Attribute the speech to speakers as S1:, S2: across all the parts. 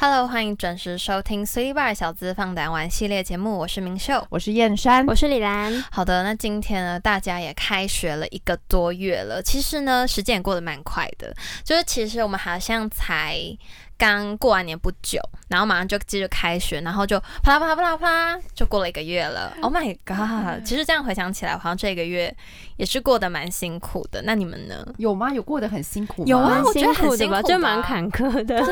S1: Hello，欢迎准时收听 City Bar 小资放胆玩系列节目，我是明秀。
S2: 我是燕山
S3: 我。是李兰，
S1: 好的，那今天呢，大家也开学了一个多月了。其实呢，时间也过得蛮快的，就是其实我们好像才刚过完年不久，然后马上就接着开学，然后就啪啦啪啦啪啦啪啦，就过了一个月了。Oh my god！其实这样回想起来，我好像这个月也是过得蛮辛苦的。那你们呢？
S2: 有吗？有过得很辛苦吗？
S1: 有啊
S3: 蛮
S1: 我觉得
S3: 辛
S1: 很
S3: 苦的
S1: 辛
S3: 吧，
S1: 苦
S3: 就
S1: 吧
S3: 蛮坎坷的。啊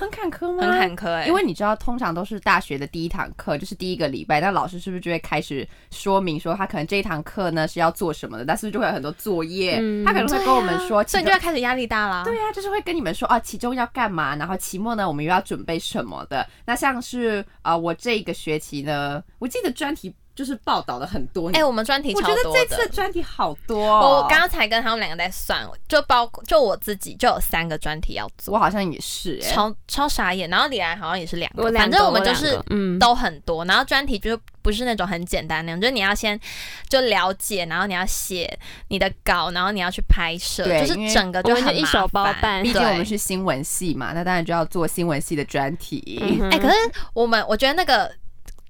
S2: 很坎坷吗？
S1: 很坎坷哎、
S2: 嗯因为你知道，通常都是大学的第一堂课，就是第一个礼拜，那老师是不是就会开始说明说他可能这一堂课呢是要做什么的？但是不是就会有很多作业？
S3: 嗯
S2: 他可能会跟我们说，
S1: 啊所以
S2: 其
S1: 你就啊
S2: 中
S1: 要开始压力大啦。
S2: 对呀、就是会跟你们说啊，期中要干嘛，然后期末呢，我们又要准备什么的。那像是啊、呃我这一个学期呢，我记得专题就是报道了很多，
S1: 哎、我们专题
S2: 我
S1: 超
S2: 觉
S1: 多
S2: 得
S1: 的。
S2: 这次的专题好多、
S1: 我
S2: 哦，
S1: 刚刚才跟他们两个在算，就包括就我自己就有三个专题要做，
S2: 我好像也是、哎，
S1: 超超傻眼。然后李兰好像也是两个，
S3: 我两
S1: 反
S3: 个
S1: 正我们就
S3: 两
S1: 是
S3: 个嗯，
S1: 都很多。然后专题就是不是那种很简单那种，就是你要先就了解，然后你要写你的稿，然后你要去拍摄，
S2: 对
S1: 就是
S2: 因为
S1: 整个
S3: 我
S1: 就
S3: 们就
S1: 很
S3: 一手包
S1: 麻烦
S3: 办
S2: 毕竟我们
S1: 对
S2: 是新闻系嘛，那当然就要做新闻系的专题。
S3: 嗯哼
S1: 哎、可是我们我觉得那个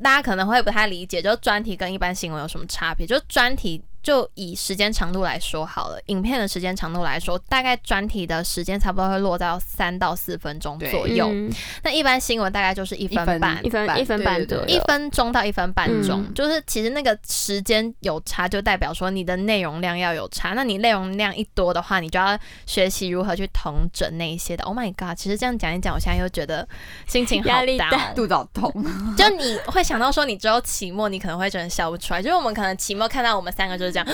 S1: 大家可能会不太理解，就是专题跟一般新闻有什么差别？就是专题就以时间长度来说好了，影片的时间长度来说，大概专题的时间差不多会落到三到四分钟左
S2: 对
S1: 右。
S3: 嗯
S1: 那一般新闻大概就是一分
S2: 一分
S1: 半
S3: 一。分一分半左
S2: 对对
S3: 右，
S2: 对
S1: 一分钟到一分半钟，
S3: 嗯
S1: 就是其实那个时间有差，就代表说你的内容量要有差。那你内容量一多的话，你就要学习如何去统整那一些的。Oh my god！其实这样讲一讲，我现在又觉得心情好
S3: 压力大
S1: down
S2: 肚子好痛，
S1: 就你会想到说，你只有期末，你可能会真的笑不出来。就是我们可能期末看到我们三个就是 这样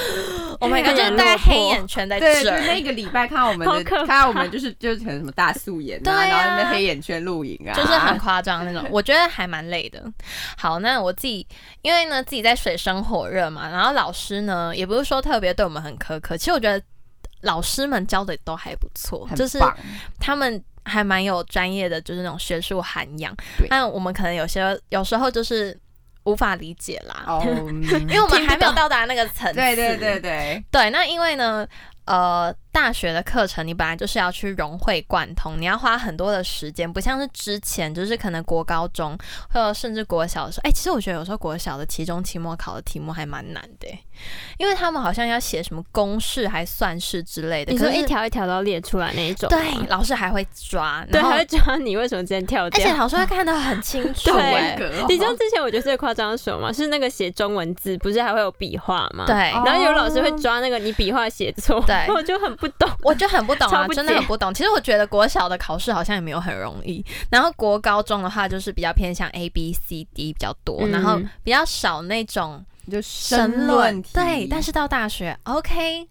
S1: ，Oh my god，
S3: 黑
S1: 就
S3: 人
S1: 是大概
S3: 落魄
S1: 黑眼圈在
S2: 对，就
S1: 这
S2: 是
S1: 儿，
S2: 那个礼拜看到我们
S3: 好
S2: 的，
S3: 可怕
S2: 看到我们就是就是可能什么大素颜
S1: 对啊
S2: 然后那边黑眼圈露营啊，
S1: 就是很夸张那种。我觉得还蛮累的。好，那我自己因为呢自己在水深火热嘛，然后老师呢也不是说特别对我们很苛刻，其实我觉得老师们教的都还不错，
S2: 很
S1: 就是
S2: 棒
S1: 他们还蛮有专业的，就是那种学术涵养
S2: 对。
S1: 但我们可能有些有时候就是无法理解啦，
S2: 哦，
S1: 因为我们还没有
S3: 听不懂
S1: 到达那个层次。
S2: 对对 对对，
S1: 对，那因为呢，呃，大学的课程你本来就是要去融会贯通，你要花很多的时间，不像是之前就是可能国高中或者甚至国小的时候，哎、其实我觉得有时候国小的期中、期末考的题目还蛮难的、因为他们好像要写什么公式、还算式之类的，
S3: 你
S1: 可
S3: 说
S1: 是
S3: 一。条一条都要列出来那一种吗，
S1: 对，老师还会抓，
S3: 对，
S1: 然后
S3: 还会抓你为什么之前跳
S1: 而且
S3: 掉。
S1: 老师会看得很清 楚、
S3: 对
S2: 好
S1: 哎
S2: 文革哦，
S3: 你知道之前我觉得最夸张的是什么吗？是那个写中文字，不是还会有笔画吗？。
S1: 对，
S2: 哦
S3: 然后有老师会抓那个你笔画写错，
S1: 对
S3: 我就很不懂。
S1: 我就很不懂啊，
S3: 超不解
S1: 真的很不懂。其实我觉得国小的考试好像也没有很容易，然后国高中的话就是比较偏向 A B C D 比较多，
S3: 嗯
S1: 然后比较少那种
S2: 就
S1: 申
S2: 申
S1: 论
S2: 论题，
S1: 对，但是到大学，OK，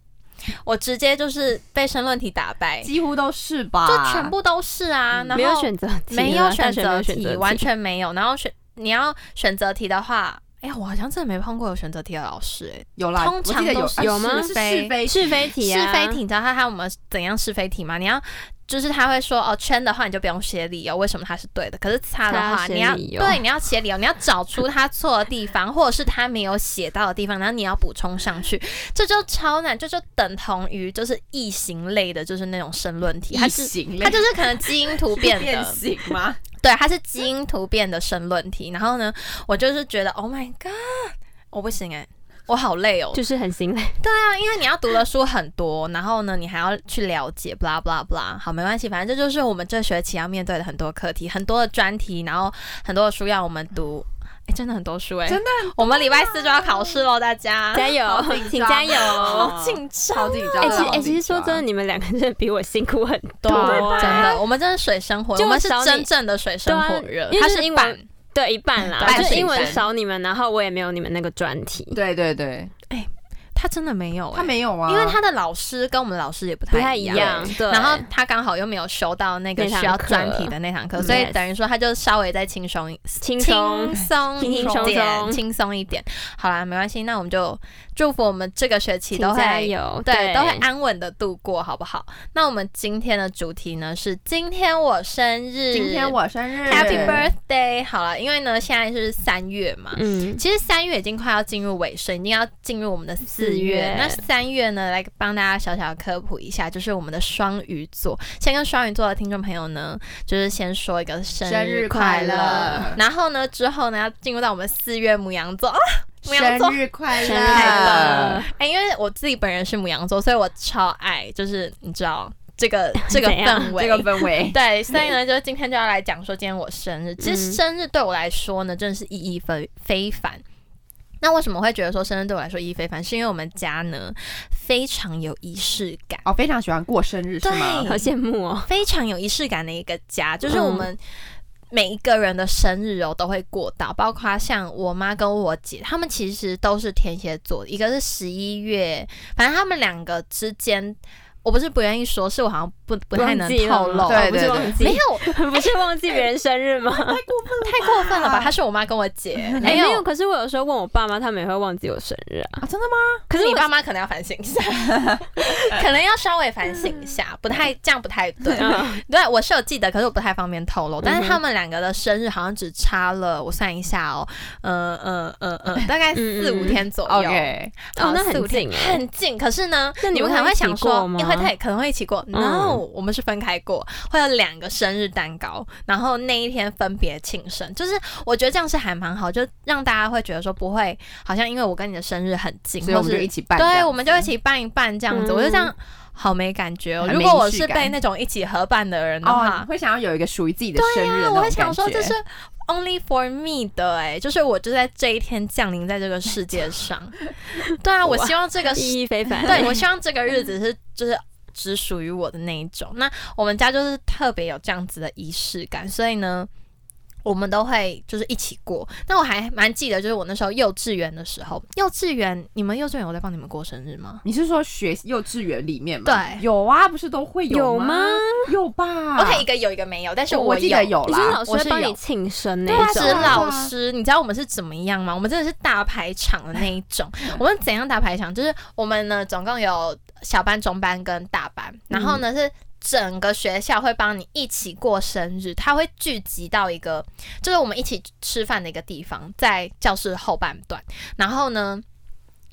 S1: 我直接就是被申论题打败，
S2: 几乎都是吧，
S1: 就全部都是啊，然后
S3: 啊嗯没有选择题啦，
S1: 没有选
S3: 大学没
S1: 择
S3: 有选择
S1: 题，
S3: 题，
S1: 完全没有。然后选你要选择题的话。哎、我好像真的没碰过有选择题的老师、哎，
S2: 有啦，
S1: 通常
S2: 我记得有
S1: 都是
S2: 啊
S3: 有吗
S2: 是是
S1: 非
S2: 是非
S3: 是非题啊，
S1: 是非题，你知道他还有没有怎样是非题吗？你要就是他会说哦，圈的话你就不用写理由，为什么它是对的。可是擦的话，
S3: 擦
S1: 你要
S3: 写理由
S1: 对你要写理由，你要找出他错的地方，或者是他没有写到的地方，然后你要补充上去，这就超难，这就等同于就是异形类的，就是那种申论题，它
S2: 异
S1: 是
S2: 形类，
S1: 它就是可能基因突变
S2: 变
S1: 的，
S2: 形吗？
S1: 对，它是基因突变的申论题。然后呢，我就是觉得 Oh my God，我不行哎、我好累哦，
S3: 就是很 心累。
S1: 那因为你要读的书很多，然后呢，你还要去了解，blah blah blah。好，没关系，反正这就是我们这学期要面对的很多课题，很多的专题，然后很多的书要我们读。哎、真的很多书哎、
S2: 真的
S1: 我们礼拜四就要考试喽，大家
S3: 加油
S2: 好紧，张
S3: 请加 油！
S2: 好
S1: 哦紧张。
S2: 超紧张
S3: 哎、
S2: 的，
S3: 其实
S2: 好
S3: 哎、
S2: 紧
S3: 其实说
S2: 张
S3: 真的，，你们两个真的比我辛苦很多、
S1: 啊真的，我们真的水深火，
S3: 就
S1: 我们是
S3: 少你
S1: 真正的水深火热，
S3: 对啊因为
S1: 它
S3: 就是
S1: 是
S3: 英文
S1: 板，
S3: 对一半啦，
S2: 半
S3: 就是
S2: 水
S3: 英文
S2: 分
S3: 少你们，然后我也没有你们那个专题，
S2: 对对对，
S1: 它真的没有、哎
S2: 他没有啊，
S1: 因为他的老师跟我们老师也不
S3: 不太
S1: 一
S3: 一样。对，
S1: 然后他刚好又没有修到那个
S3: 那堂
S1: 需要
S3: 课
S1: 专题的那堂课，
S3: 嗯
S1: 所以
S3: Yes
S1: 等于说他就稍微再轻松一
S3: 轻松
S1: 轻松
S3: 轻轻松
S1: 一点，
S3: 松
S1: 轻松一点。好啦，没关系，那我们就祝福我们这个学期
S3: 请
S1: 都
S3: 加
S1: 会。
S3: 油，
S1: 对，都会安稳的度过，好不好？那我们今天的主题呢是今天我生日，
S2: 今天我生日
S1: Happy Birthday。好了，因为呢现在是三月嘛，
S3: 嗯，
S1: 其实三月已经快要进入尾声，已经要进入我们的四四月，那三月呢，来帮大家小小科普一下，就是我们的双鱼座。先跟双鱼座的听众朋友呢，就是先说一个生
S2: 生日
S1: 快
S2: 快乐
S1: 然后呢，之后呢，要进入到我们四月母羊座。啊 母羊座
S2: 生日快
S3: 生日快
S2: 乐
S3: 乐！
S1: 哎、因为我自己本人是母羊座，所以我超爱，就是你知道这个这 个
S3: 怎样
S1: 氛围，
S2: 这个氛围，
S1: 对，所以呢，就是今天就要来讲说，今天我生日。其实生日对我来说呢，真的是意义非非凡。那为什么会觉得说生日对我来说意义非凡？是因为我们家呢非常有仪式感，
S2: 哦，非常喜欢过生日是吗
S1: 对？
S3: 好羡慕哦。
S1: 非常有仪式感的一个家，就是我们。每一个人的生日哦都会过到，包括像我妈跟我姐，她们其实都是天蝎座，一个是十一月，反正她们两个之间，我不是不愿意说，是我好像不不太能
S3: 忘记了
S1: 透露，
S3: 吗
S2: 对
S3: 哦不
S2: 对
S3: 是忘记
S1: 没，有，
S3: 不是忘记别人生 日吗？
S1: 太过分了 吧？她是我妈跟我姐，
S3: 哎
S1: 没
S3: 没有，
S1: 有。
S3: 可是我有时候问我爸妈，他们也会忘记我生日啊。
S2: 啊，真 的吗？
S1: 可是你爸妈可能要反省一 下，可能要稍微反省一
S3: 嗯
S1: 下，不太这样不太对。对，我是有记得，可是我不太方便透露。但
S3: 嗯
S1: 是
S3: 哼
S1: 他们两个的生日好像只差了，我算一下哦，嗯嗯嗯嗯，大概
S3: 嗯嗯
S1: 四五
S3: 嗯
S1: 天左右。
S2: OK，
S1: 好
S3: 哦，那
S1: 四五
S3: 很
S1: 天
S3: 近哎。
S1: 很近。可是呢，
S3: 那
S1: 你
S3: 你
S1: 们可能
S3: 们会
S1: 会
S3: 一起
S1: 想说
S3: 过，吗
S1: 也会太可能会一起过。No，、我
S2: 嗯
S1: 们是分开过，会有两个生日蛋糕，然后那一天分别庆生。就是我觉得这样是还蛮好，就让大家会觉得说不会，好像因为我跟你的生日很近，
S2: 所以我
S1: 或
S2: 们就是一起办这样子。
S1: 对，我们就一起办一办这样子。
S3: 嗯
S1: 我就这样好没感觉哦。
S2: 很没
S1: 如果我
S2: 仪式
S1: 是
S2: 感
S1: 被那种一起合办的人的
S2: 哦，
S1: 话
S2: 你，会想要有一个属于自己的生日的那
S1: 我
S2: 种感
S1: 会
S2: 觉。
S1: 想说这是 only for me 的哎、就是我就在这一天降临在这个世界 上。对啊，我
S3: 哇
S1: 希望这个世
S3: 意义非 凡，
S1: 对，我希望这个日子是就是只属于我的那一种。那我们家就是特别有这样子的仪式感，所以呢。我们都会就是一起过。那我还蛮记得，就是我那时候幼稚园的时候，幼稚园你们幼稚园有在帮你们过生日吗？
S2: 你是说学幼稚园里面吗？
S1: 对
S2: 有啊，不是都会
S3: 有
S2: 吗
S3: 吗？
S2: 有吧
S1: 我可以一个有一个没有，但是
S2: 我
S1: 我
S2: 记得
S1: 有。
S2: 有
S3: 你是
S2: 啦，
S3: 老师
S2: 我
S3: 会
S2: 是
S3: 帮
S2: 有
S3: 你庆生那
S1: 对啊，
S3: 一
S1: 是
S3: 种
S2: 对啊
S1: 老师，你知道我们是怎么样吗？我们真的是打排场的那一 种。
S3: 嗯
S1: 我们怎样打排场？就是我们呢，总共有小班、中班跟大班，然后
S3: 嗯
S1: 呢是。整个学校会帮你一起过生日，他会聚集到一个，就是我们一起吃饭的一个地方，在教室后半段。然后呢，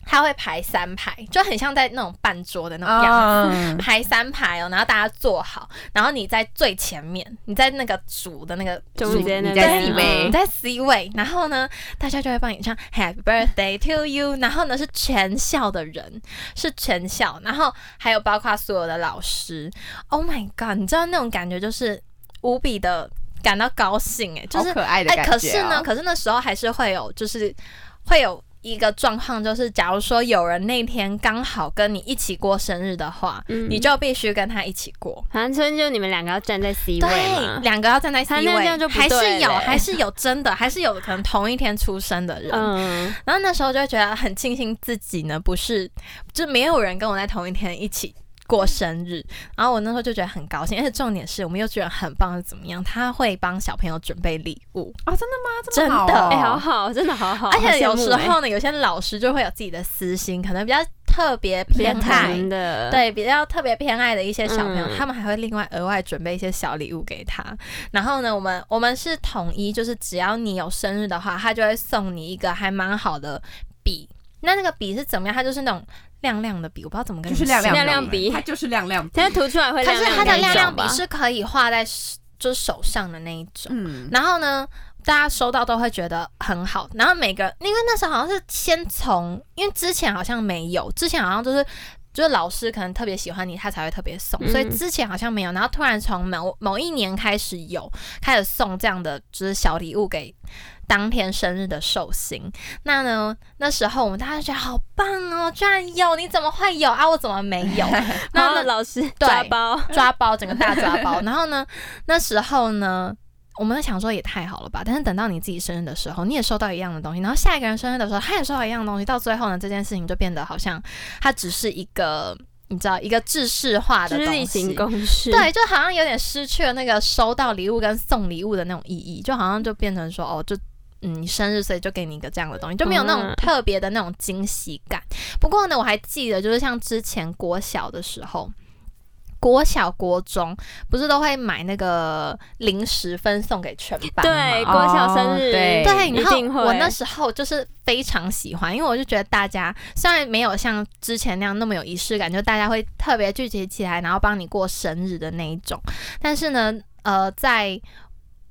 S1: 他会排三排，就很像在那种半桌的那种样子。
S3: 哦
S2: 啊，
S1: 排三排哦，然后大家坐好，然后你在最前面，你在那个主的那个
S3: 中间那
S2: 你在
S3: 边
S2: C
S1: 你
S2: 位
S1: 在 C 位，然后呢，大家就会帮你唱 Happy Birthday to you，然后呢是全校的人，是全校，然后还有包括所有的老师。Oh my god，你知道那种感觉就是无比的感到高兴哎、 就
S2: 好
S1: 是
S2: 可爱的
S1: 哎、
S2: 感觉。啊
S1: 可是呢，，可是那时候还是会有，就是会有一个状况，就是假如说有人那天刚好跟你一起过生日的话，
S3: 嗯
S1: 你就必须跟他一起过。
S3: 反正就你们两个要站在 C 位
S1: 对，
S3: 嘛。
S1: 两个要站在 C
S3: 他那
S1: 位，
S3: 这样就不
S1: 还是
S3: 对欸
S1: 有，
S3: 嘞
S1: 还是有真的，还是有可能同一天出生的人。
S3: 嗯，
S1: 然后那时候就会觉得很庆幸自己呢，不是就没有人跟我在同一天一起过生日。然后我那时候就觉得很高兴，而且重点是我们幼稚园很棒是怎么样，他会帮小朋友准备礼物。
S2: 啊，真的吗？这
S1: 真
S2: 么好
S1: 的
S2: 哦
S3: 哎，好好，真的好好，
S1: 而且有时
S3: 好羡慕哎
S1: 候呢，有些老师就会有自己的私心，可能比较特别偏爱，
S3: 疼的，
S1: 对比较特别偏爱的一些小朋友，
S3: 嗯
S1: 他们还会另外额外准备一些小礼物给他。然后呢，我们我们是统一，就是只要你有生日的话，他就会送你一个还蛮好的笔。那那个笔是怎么样？它就是那种亮亮的笔，我不知道怎么跟
S2: 就
S1: 你
S2: 是
S1: 们
S2: 亮亮
S1: 形
S2: 的
S1: 容
S3: 亮亮笔
S2: 它就是亮亮笔，
S3: 现在涂出来会
S1: 可
S3: 亮
S1: 是
S3: 亮的
S1: 它的
S3: 那
S1: 亮亮
S3: 种吧
S1: 笔是可以画在手就是手上的那一种。
S2: 嗯，
S1: 然后呢，大家收到都会觉得很好。然后每个，因为那时候好像是先从，因为之前好像没有，之前好像就是。就是老师可能特别喜欢你，他才会特别送，
S3: 嗯
S1: 所以之前好像没有，然后突然从某某一年开始有，开始送这样的就是小礼物给当天生日的寿星。那呢，那时候我们大家就觉得好棒哦，居然有，你怎么会有啊？我怎么没有？
S3: 然
S1: 那
S3: 后
S1: 那
S3: 老师抓包，
S1: 抓包，整个大抓包。然后呢，那时候呢，我们在想说也太好了吧，但是等到你自己生日的时候，你也收到一样的东西，然后下一个人生日的时候，他也收到一样的东西，到最后呢，这件事情就变得好像它只是一个，你知道，一个制式化的
S3: 就是
S1: 东
S3: 例
S1: 西
S3: 行。公事，哎
S1: 对，就好像有点失去了那个收到礼物跟送礼物的那种意义，就好像就变成说，哦，就嗯，你生日，所以就给你一个这样的东西，就没有那种
S3: 嗯
S1: 特别的那种惊喜感。不过呢，我还记得，就是像之前国小的时候。国小、国中不是都会买那个零食分送给全班
S3: 对，
S1: 吗
S2: 哦
S3: 郭晓生日，
S2: 对
S1: 对，
S3: 一
S1: 然后
S3: 定会。
S1: 我那时候就是非常喜欢，因为我就觉得大家虽然没有像之前那样那么有仪式感，就大家会特别聚集起来，然后帮你过生日的那一种，但是呢，呃，在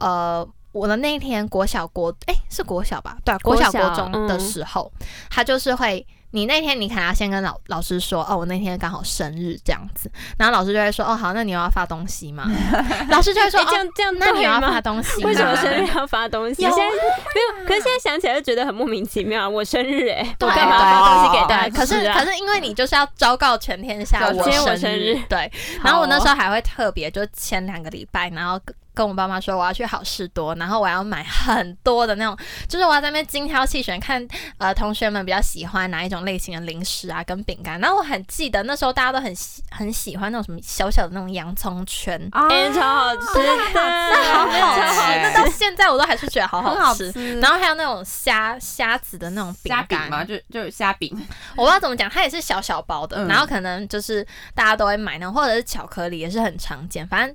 S1: 呃。我的那一天国小国哎、是国小吧？对、啊，国
S3: 国
S1: 小
S3: 小
S1: 国中的
S3: 嗯
S1: 时候，他就是会，你那天你可能要先跟老老师说，哦，我那天刚好生日这样子，然后老师就会说，哦，好，那你又要发东西吗？ 老师就会说，
S3: 哎这
S1: 哦，
S3: 样这样
S1: 那你
S3: 对
S1: 要
S3: 吗
S1: 发东西吗，
S3: 为什么生日要发东西？
S1: 有
S3: 现在没有，可是现在想起来就觉得很莫名其妙。我生日哎、
S1: 对
S3: 我干嘛发东西给大
S1: 对，
S3: 家
S1: 可哦是
S3: 吃啊？
S1: 可是因为你就是要昭告全天下
S2: 对
S3: 今天我
S1: 生
S3: 生日哦
S1: 对。然后我那时
S2: 候
S1: 候还会特别，就前两个礼拜，然后跟跟我爸妈说我要去好事多，然后我要买很多的那种，就是我要在那边精挑细选，看呃同学们比较喜欢哪一种类型的零食啊跟饼干。然后我很记得那时候大家都很喜很喜欢那种什么小小的那种洋葱圈。
S2: 啊
S3: 哎、超好吃的，
S1: 那好好
S3: 超
S1: 吃，哦那到现在我都还是觉得好
S2: 很好
S1: 吃。
S2: 吃
S1: 然后还有那种虾虾子的那种饼
S2: 虾饼
S1: 干
S2: 嘛，就就是虾饼，
S1: 我不知道怎么讲，它也是小小包的，
S2: 嗯
S1: 然后可能就是大家都会买呢，或者是巧克力也是很常见，反正。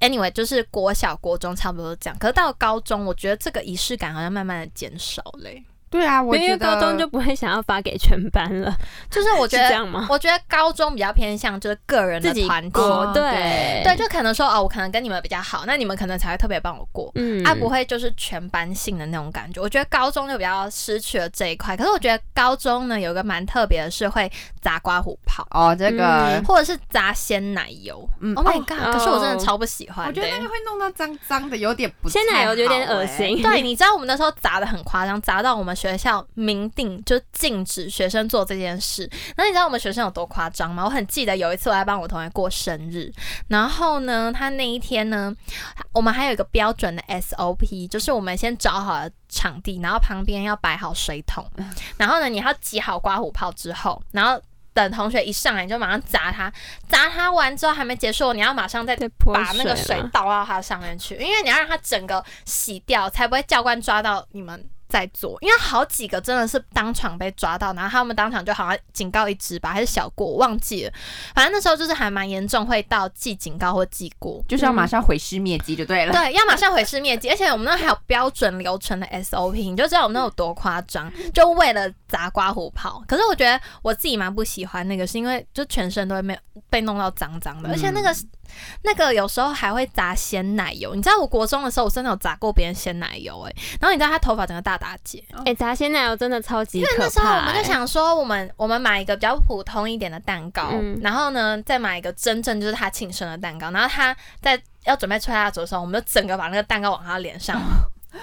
S1: Anyway，就是国小、国中差不多这样，可是到高中，我觉得这个仪式感好像慢慢的减少嘞、
S2: 对啊，我
S3: 因为
S2: 觉得
S3: 高中就不会想要发给全班了，
S1: 就是我
S3: 是
S1: 觉
S3: 这
S1: 得，
S3: 样吗？
S1: 我觉得高中比较偏向就是个人的
S3: 自己
S1: 团体，
S2: 过
S3: 过，
S2: 对
S3: 对
S1: 对，，就可能说哦，我可能跟你们比较好，那你们可能才会特别帮我过。
S3: 嗯
S1: 啊，不会就是全班性的那种感觉。我觉得高中就比较失去了这一块，可是我觉得高中呢有一个蛮特别的是会砸刮胡泡，
S2: 哦这个
S1: 或者是砸鲜奶油。
S2: 嗯
S1: Oh my
S2: 哦
S1: god！、
S3: 哦
S1: 可是我真的超不喜欢
S2: 我
S1: 的
S2: 觉
S1: 欸、
S2: 得那个会弄到脏脏的，有点不欸
S3: 鲜奶油有点恶心，
S1: 对，你知道我们那时候砸的很夸张，砸到我们学校明定就禁止学生做这件事。那你知道我们学生有多夸张吗？我很记得有一次我在帮我同学过生日，然后呢，他那一天呢，我们还有一个标准的 SOP，就是我们先找好了场地，然后旁边要摆好水桶，然后呢，你要挤好刮胡泡之后，然后。等同学一上来，你就马上砸他，砸他完之后还没结束，你要马上再
S3: 对泼
S1: 把那个水
S3: 水嘛
S1: 倒到它上面去，因为你要让它整个洗掉，才不会教官抓到你们在做。因为好几个真的是当场被抓到，然后他们当场就好像警告一只吧，还是小过，我忘记了。反正那时候就是还蛮严重，会到记警告或记过。
S2: 就是要马上毁尸灭迹就对了。
S1: 对，要马上毁尸灭迹，而且我们那还有标准流程的 SOP，你就知道我们那有多夸张，就为了砸刮胡泡。可是我觉得我自己蛮不喜欢那个，是因为就全身都会被被弄到脏脏的，而且那个、那个有时候还会砸鲜奶油。你知道我国中的时候，我真的有砸过别人鲜奶油、欸，然后你知道他头发整个大打结。
S3: 哎、砸鲜奶油真的超级
S1: 哦因为那
S3: 可怕、
S1: 时候我们就
S3: 哎
S1: 想说，我们我们买一个比较普通一点的蛋糕，
S3: 嗯
S1: 然后呢，再买一个真正就是他庆生的蛋糕，然后他在要准备吹蜡烛的时候，我们就整个把那个蛋糕往他脸 上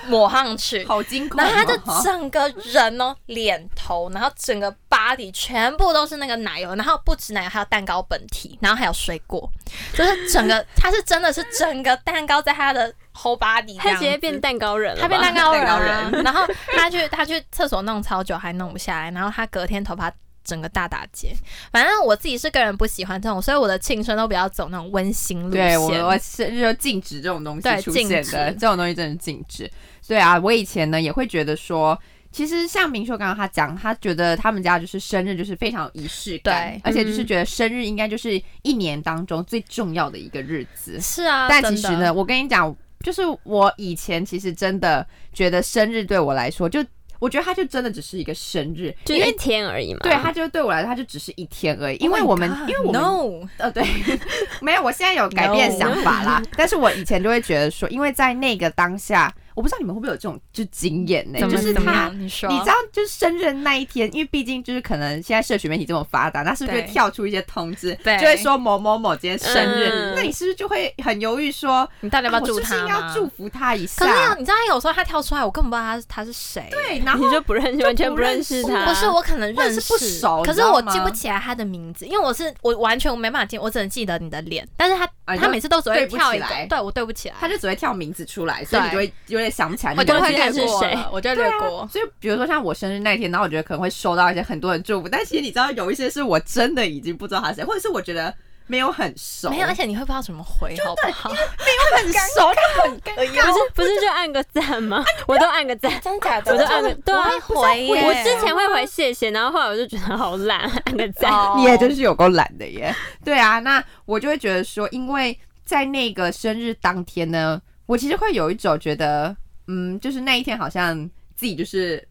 S1: 抹上去。
S2: 好惊恐哦！
S1: 然后他就整个人哦，脸头，然后整个 body 全部都是那个奶油，然后不止奶油，还有蛋糕本体，然后还有水果，就是整个他是真的是整个蛋糕在他的 whole body，这
S3: 他
S1: 样
S3: 直接变
S1: 子
S3: 蛋糕人了
S1: 他
S3: 吧，
S1: 变 蛋糕人、
S2: 蛋
S1: 啊，
S2: 糕人
S1: 然后他去他去厕所弄超久还弄不下来，然后他隔天头发整个大打结。反正我自己是个人不喜欢这种，所以我的庆生都比较走那种温馨路
S2: 对
S1: 线。
S2: 我我生日就禁止这种东
S1: 对
S2: 西出现
S1: 禁
S2: 的，
S1: 止
S2: 这种东西真的禁止。对啊，我以前呢也会觉得说。其实像明秀刚刚他讲，他觉得他们家就是生日就是非常有仪式感
S1: 对，嗯
S2: 而且就是觉得生日应该就是一年当中最重要的一个日子。
S1: 是啊，
S2: 但其实
S1: 真
S2: 呢，
S1: 的，
S2: 我跟你讲，就是我以前其实真的觉得生日对我来说，就我觉得它就真的只是一个生日，
S3: 就
S2: 因
S3: 一
S2: 为
S3: 天而已嘛。
S2: 对它就对我来说，它就只是一天而已，
S1: Oh
S2: 因为我们、因为我们
S1: no
S2: 呃，对， 没有，我现在有改变
S1: No
S2: 想法啦。但是我以前就会觉得说，因为在那个当下，我不知道你们会不会有这种就经验呢、
S1: 怎么
S2: 就是
S1: 怎么
S2: 他。
S1: 样？你说
S2: 你知道，就是生日那一天，因为毕竟就是可能现在社群媒体这么发达，那是不是就
S1: 对
S2: 会跳出一些通知，
S1: 对
S2: 就会说某某某今天生日，
S3: 嗯
S2: 那你是不是就会很犹豫说，
S1: 你到底要不
S2: 啊
S1: 要
S2: 我
S1: 祝
S2: 是不是
S1: 他
S2: 应该要
S1: 吗？
S2: 祝福他一
S1: 可是有
S2: 下？
S1: 你知道，有时候他跳出来，我根本不知道他是他是谁。
S2: 对，然后
S3: 你就不认识，完全不认识
S2: 不
S3: 他，
S1: 不是，啊我可能
S2: 或者
S1: 认
S2: 是
S1: 识，
S2: 不熟
S1: 可
S2: 你
S1: 是
S2: 知道
S1: 我
S2: 吗
S1: 记不起来他的名字，因为我是我完全我没办法记，我只能记得你的脸，但是他、
S2: 啊你
S1: 他
S2: 就
S1: 每次都只会
S2: 对不
S1: 跳
S2: 起
S1: 一个
S2: 来，
S1: 对我对不起来，
S2: 他就只会跳名字出来，所以你就
S1: 对
S2: 会有点想不起来
S1: 我
S2: 那个
S1: 就
S2: 人。
S1: 会
S3: 会
S1: 略
S3: 略
S1: 过
S3: 过
S1: 了
S3: 了，
S1: 我就
S2: 对
S1: 略
S2: 啊
S1: 过。
S2: 所以比如说像我生日那天，然后我觉得可能会收到一些很多人祝福，但其实你知道有一些是我真的已经不知道他是谁，或者是我觉得。没有很熟，
S1: 没有，而且你会不知道怎么回，好不好？
S2: 很熟，他很尴尬。
S3: 不是不是就按个 赞吗？我都按个赞，
S4: 真假的？
S3: 我都按个对啊。
S1: 我会回耶，
S3: 我之前会回谢谢，然后后来我就觉得好懒， 按个赞。
S1: 哦
S2: 你也真是有够懒的耶。对啊，那我就会觉得说，因为在那个生日当天呢，我其实会有一种觉得，嗯，就是那一天好像自己就是。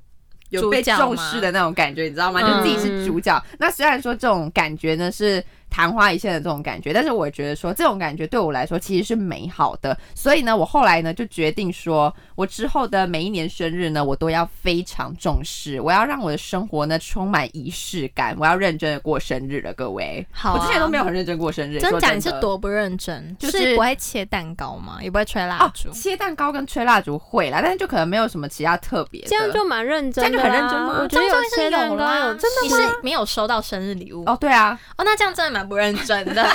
S2: 有被
S1: 主角吗
S2: 重视的那种感觉，你知道吗？
S3: 嗯
S2: 就自己是主角。那虽然说这种感觉呢是昙花一现的这种感觉，但是我觉得说这种感觉对我来说其实是美好的。所以呢，我后来呢就决定说，我之后的每一年生日呢，我都要非常重视，我要让我的生活呢充满仪式感，我要认真的过生日了，各位。
S1: 好啊
S2: 我之前都没有很认真过生日，
S1: 哦真
S2: 说
S1: 假
S2: 真
S1: 你是
S2: 的
S1: 多不认真，
S2: 就是
S1: 是不会切蛋糕吗？也不会吹蜡
S2: 哦
S1: 烛，，
S2: 切蛋糕跟吹蜡烛会啦，但是就可能没有什么其他特别的。
S3: 这样就蛮认真的啦，
S2: 这样就很认真吗
S3: 我觉得有
S1: 这
S3: 些
S1: 样当然
S3: 蛋
S1: 是有
S3: 糕
S1: 啦
S3: 有
S1: 你是没有收到生日礼物
S2: 哦，对啊，
S1: 哦，那这样真的蛮不认真的。 哎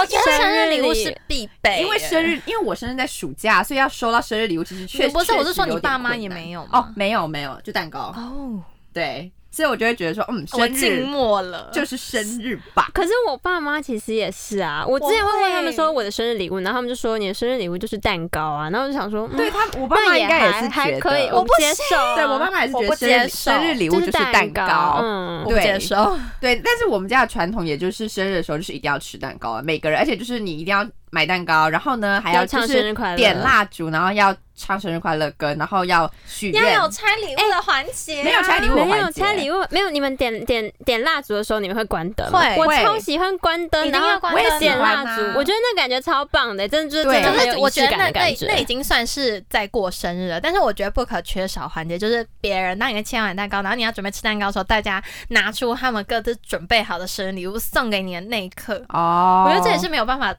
S1: 我觉得生日礼物是必备，
S2: 因为生日，因为我生日在暑假，所以要收到生日礼物其实确
S1: 你不是
S2: 确实
S1: 我是说你
S2: 有点
S1: 爸妈
S2: 困
S1: 也
S2: 难
S1: 没有吗
S2: 哦，没有没有，就蛋糕。
S1: 哦，
S2: 对，所以我就会觉得说，嗯，生
S1: 我
S2: 日
S1: 静默了，
S2: 就是生日吧。
S3: 可是我爸妈其实也是啊，我之前会问他们说我的生日礼物，然后他们就说你的生日礼物就是蛋糕啊，然后我就想说，嗯、
S1: 哦
S2: 对他，我爸妈
S3: 那
S2: 应该也
S3: 还
S2: 是觉
S3: 还
S2: 得
S3: 可以，
S2: 我
S3: 不接受啊、
S2: 对我爸妈也是觉
S1: 我不
S2: 得生日
S1: 接
S2: 礼
S1: 受
S2: 生日礼物
S3: 就是
S2: 蛋
S3: 糕，嗯
S1: 我，不
S2: 对
S1: 接受。
S2: 对，但是我们家的传统也就是生日的时候就是一定要吃蛋糕啊，每个人，而且就是你一定要买蛋糕，然后呢还
S3: 要
S2: 要
S3: 唱
S2: 就
S3: 生日
S2: 是
S3: 快乐，
S2: 点蜡烛，然后要唱生日快乐歌，然后要许愿，
S1: 拆礼物的环节啊
S2: 没有拆礼物
S3: 没
S2: 环
S3: 有
S2: 节
S3: 拆礼物，没有你们点点点蜡烛的时候，你们会关灯吗？
S1: 会
S3: 我
S2: 会
S3: 超喜欢关灯，
S1: 一
S3: 然
S1: 定
S3: 后
S1: 要关
S2: 我也
S1: 灯
S2: 喜
S3: 点
S2: 欢
S3: 蜡
S2: 啊
S3: 烛，我觉得那感觉超棒的，真的就是
S2: 对
S3: 真的
S1: 可
S3: 很
S1: 是
S3: 有
S1: 我
S3: 仪式
S1: 觉得
S3: 感
S1: 那
S3: 的感
S1: 那
S3: 觉。
S1: 那已经算是在过生日了，但是我觉得不可缺少环节就是别人当你切完蛋糕，然后你要准备吃蛋糕的时候，大家拿出他们各自准备好的生日礼物送给你的那一刻，
S2: 哦，
S1: 我觉得这也是没有办法，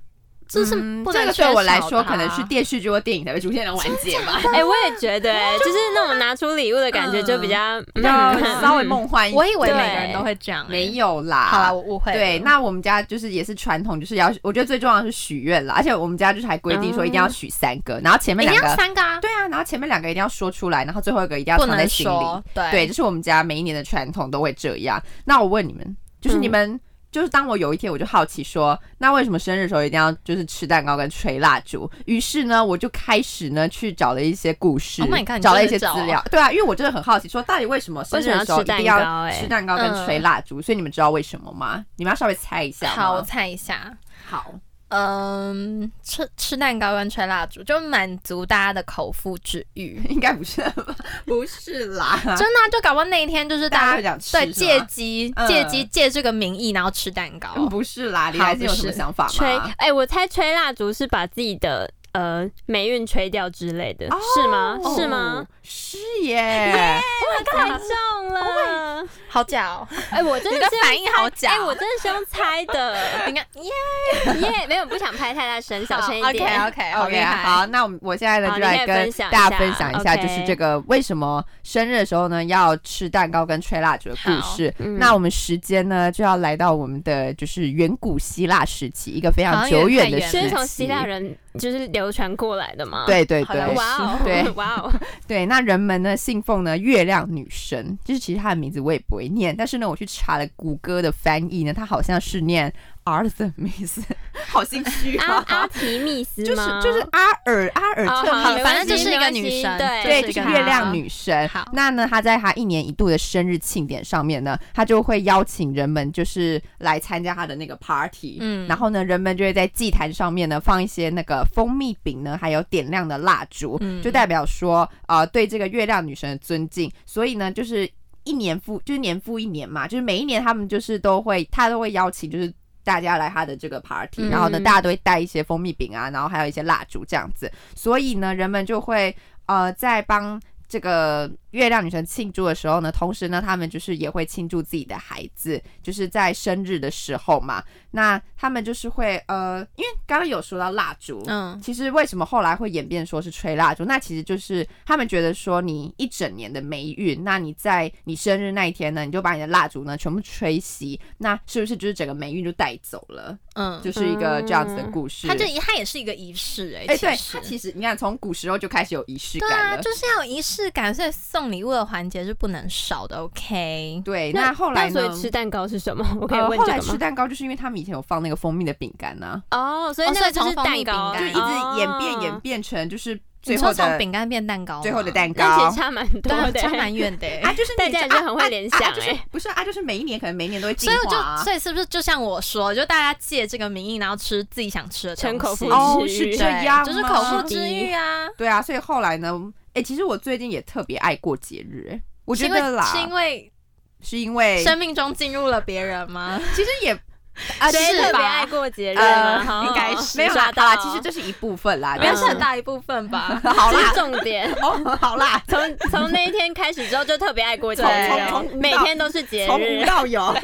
S1: 这是
S2: 嗯
S1: 不
S2: 这
S1: 能
S2: 个
S1: 缺
S2: 对
S1: 少
S2: 我来说
S1: 的啊
S2: 可能是电视剧或电影才会出现的环节吧，
S3: 哎、我 也觉得、哎就是那种拿出礼物的感觉就 比较，
S2: 让人
S3: 嗯
S2: 稍微梦幻一点。
S1: 啊我以为每个
S3: 对
S1: 人都会这样欸、
S2: 没有啦，
S1: 好啦，我误会了。
S2: 对，那我们家就是也是传统，就是要我觉得最重要的是许愿了，而且我们家就是还规定说一定要许三个，然后前面
S1: 嗯一定
S2: 两
S1: 要
S2: 个
S1: 三个啊，
S2: 对啊，然后前面两个一定要说出来，然后最后一个一定要
S1: 不
S2: 藏在
S1: 能
S2: 心里
S1: 说。。对
S2: 对，这是我们家每一年的传统都会这样。那我问你们，就是
S1: 嗯
S2: 你们，就是当我有一天我就好奇说，那为什么生日的时候一定要就是吃蛋糕跟吹蜡烛？于是呢，我就开始呢去找了一些故事
S1: Oh my god，你
S2: 找了一
S1: 真
S2: 些
S1: 的
S2: 资
S1: 找啊
S2: 料。对啊，因为我真的很好奇，说到底为什么生
S3: 为
S2: 日
S3: 什
S2: 的
S3: 么要
S2: 时候
S3: 吃
S2: 一定
S3: 蛋糕
S2: 要
S3: 欸
S2: 吃蛋糕跟吹
S1: 嗯
S2: 蜡烛？所以你们知道为什么吗？你们要稍微猜一下吗
S1: 好，我猜一下，
S2: 好，。
S1: 嗯，吃吃蛋糕跟吹蜡烛，就满足大家的口腹之欲
S2: 应该不是 吧？不是啦，
S1: 真的啊、就搞不好那一天就是
S2: 大家
S1: 大
S2: 会
S1: 家
S2: 想吃
S1: 对
S2: 是
S1: 借
S2: 吗
S1: 机
S2: 嗯
S1: 借机借这个名义，然后吃蛋糕。
S2: 嗯不是啦，你
S1: 好
S2: 还是有
S1: 不
S2: 什么
S1: 是
S2: 想法
S3: 吹，
S2: 吗？
S3: 哎、我猜吹蜡烛是把自己的呃霉运吹掉之类的，是吗？是吗
S2: 哦？？是耶，
S3: 太重
S2: Oh
S3: 了！
S1: 好假哦！
S3: 哎、我真
S1: 你
S3: 的
S1: 的
S3: 是
S1: 反应好假
S3: 哎、我真的是用猜的，
S1: 你看，耶，
S3: 耶、没有不想拍太大声，小声一点。
S1: OK OK，好厉
S2: OK，
S1: 害。
S2: 好，那我们我现在呢
S3: 好
S2: 就
S3: 你可
S2: 来
S3: 以
S2: 跟
S3: 分享一
S2: 大
S3: 下
S2: 家分享一下，
S3: ，OK
S2: 就是这个为什么生日的时候呢要吃蛋糕跟吹蜡烛的故事。
S3: 嗯
S2: 那我们时间呢就要来到我们的就是远古希腊时期，一个非
S1: 好
S2: 常
S1: 像
S2: 久
S1: 有点
S2: 远的
S1: 太
S2: 时
S1: 远
S3: 就是
S2: 期。
S3: 从希腊人就是流传过来的嘛。
S2: 对对
S1: 好
S2: 对
S1: 了
S3: 哇 哦，
S2: 对
S3: 哇哦，
S2: 对，那人们呢信奉呢月亮女神，就是其实她的名字我也不会念，但是呢我去查了谷歌的翻译呢，它好像是念 Artemis，好 心虚啊
S3: 阿 阿提密斯
S2: 就是
S3: 吗？
S2: 就是阿尔阿尔
S3: 哦
S2: 特
S3: 好
S2: 密
S3: 没
S1: 反正
S3: 关
S1: 就
S3: 系
S1: 是一
S3: 没
S1: 个
S3: 关系
S1: 女神，
S3: 对
S2: 对，
S1: 就
S2: 就是是
S1: 一个
S2: 月
S1: 她
S2: 亮女神。
S1: 好
S2: 那呢，她在她一年一度的生日庆典上面呢，她就会邀请人们就是来参加她的那个 party。
S1: 嗯
S2: 然后呢，人们就会在祭坛上面呢放一些那个蜂蜜饼呢，还有点亮的蜡烛，
S1: 嗯
S2: 就代表说呃对这个月亮女神的尊敬。所以呢，就是一年复就是年复一年嘛，就是每一年他们就是都会她都会邀请就是。大家来她的这个 party，
S3: 嗯
S2: 然后呢，大家都会带一些蜂蜜饼啊，然后还有一些蜡烛这样子，所以呢，人们就会呃，在帮这个月亮女神庆祝的时候呢，同时呢，他们就是也会庆祝自己的孩子，就是在生日的时候嘛。那他们就是会呃，因为刚刚有说到蜡烛，
S1: 嗯，
S2: 其实为什么后来会演变说是吹蜡烛？那其实就是他们觉得说你一整年的霉运，那你在你生日那一天呢，你就把你的蜡烛呢全部吹熄，那是不是就是整个霉运就带走了？
S1: 嗯，
S2: 就是一个这样子的故事。
S1: 它就它也是一个仪式哎、
S2: 哎、
S1: 其
S2: 对，
S1: 实
S2: 它其实你看从古时候就开始有仪式
S1: 对
S2: 感
S1: 啊，
S2: 了。
S1: 就是要有仪式式感，所以送礼物的环节是不能少的。OK，
S2: 对，那后来
S3: 所
S2: 呢
S3: 以？吃蛋糕是什么？ 我可以
S2: 呃，
S3: 问
S2: 后
S3: 这
S2: 来
S3: 个
S2: 吃
S3: 吗？
S2: 蛋糕就是因为他们以前有放那个蜂蜜的饼干呐，
S3: 哦，所以
S1: 哦
S3: 那
S1: 所
S3: 个
S1: 以
S3: 就
S1: 从
S3: 是
S1: 蜂
S3: 蛋
S1: 蜜
S3: 糕，
S1: 饼干
S2: 就一直演变演
S3: 哦，
S2: 变成就是
S1: 你
S2: 最后
S1: 说从
S2: 的
S1: 饼干变蛋糕吗，
S2: 最后的蛋
S3: 那
S2: 糕
S3: 其实。差蛮多
S1: 对 啊，
S3: 的，
S1: 差蛮远的 欸。
S2: 啊，就是
S3: 大
S2: 你
S3: 家也是很会联想
S2: 啊啊啊就是
S3: 哎
S2: 不是啊，就是每一年可能每一年都会进
S1: 所以我
S2: 化、啊
S1: 就，所以是不是就像我说，就大家借这个名义，然后吃自己想吃的东西
S3: 逞口腹
S2: 哦
S3: 以至
S2: 是
S3: 于
S1: 对
S2: 这样
S1: 就是
S2: 吗
S1: 口腹之欲啊。
S2: 对啊，所以后来呢，哎、其实我最近也特别爱过节日、哎我觉得啦，
S1: 是因为
S2: 是
S1: 是
S2: 因
S1: 因为
S2: 为呃
S1: 生命中进入了别人吗？
S2: 其实也啊
S3: 谁
S1: 是
S3: 特别
S1: 吧
S3: 爱过节日
S2: 呃
S3: 吗？哦好
S2: 应该是没有啦
S3: 刷，
S2: 好
S3: 到
S2: 啦，
S3: 哦，
S2: 其实这是一部分啦，
S1: 不要
S2: 但
S1: 是
S2: 是
S1: 很大一部分 吧。
S2: 好
S3: 这是
S2: 啦，
S3: 重点。
S2: 哦，好啦，
S3: 从从那一天开始之后，就特别爱过节
S1: 对
S2: 从从
S3: 日，每天都是节
S2: 从
S3: 日
S2: 无，到 有，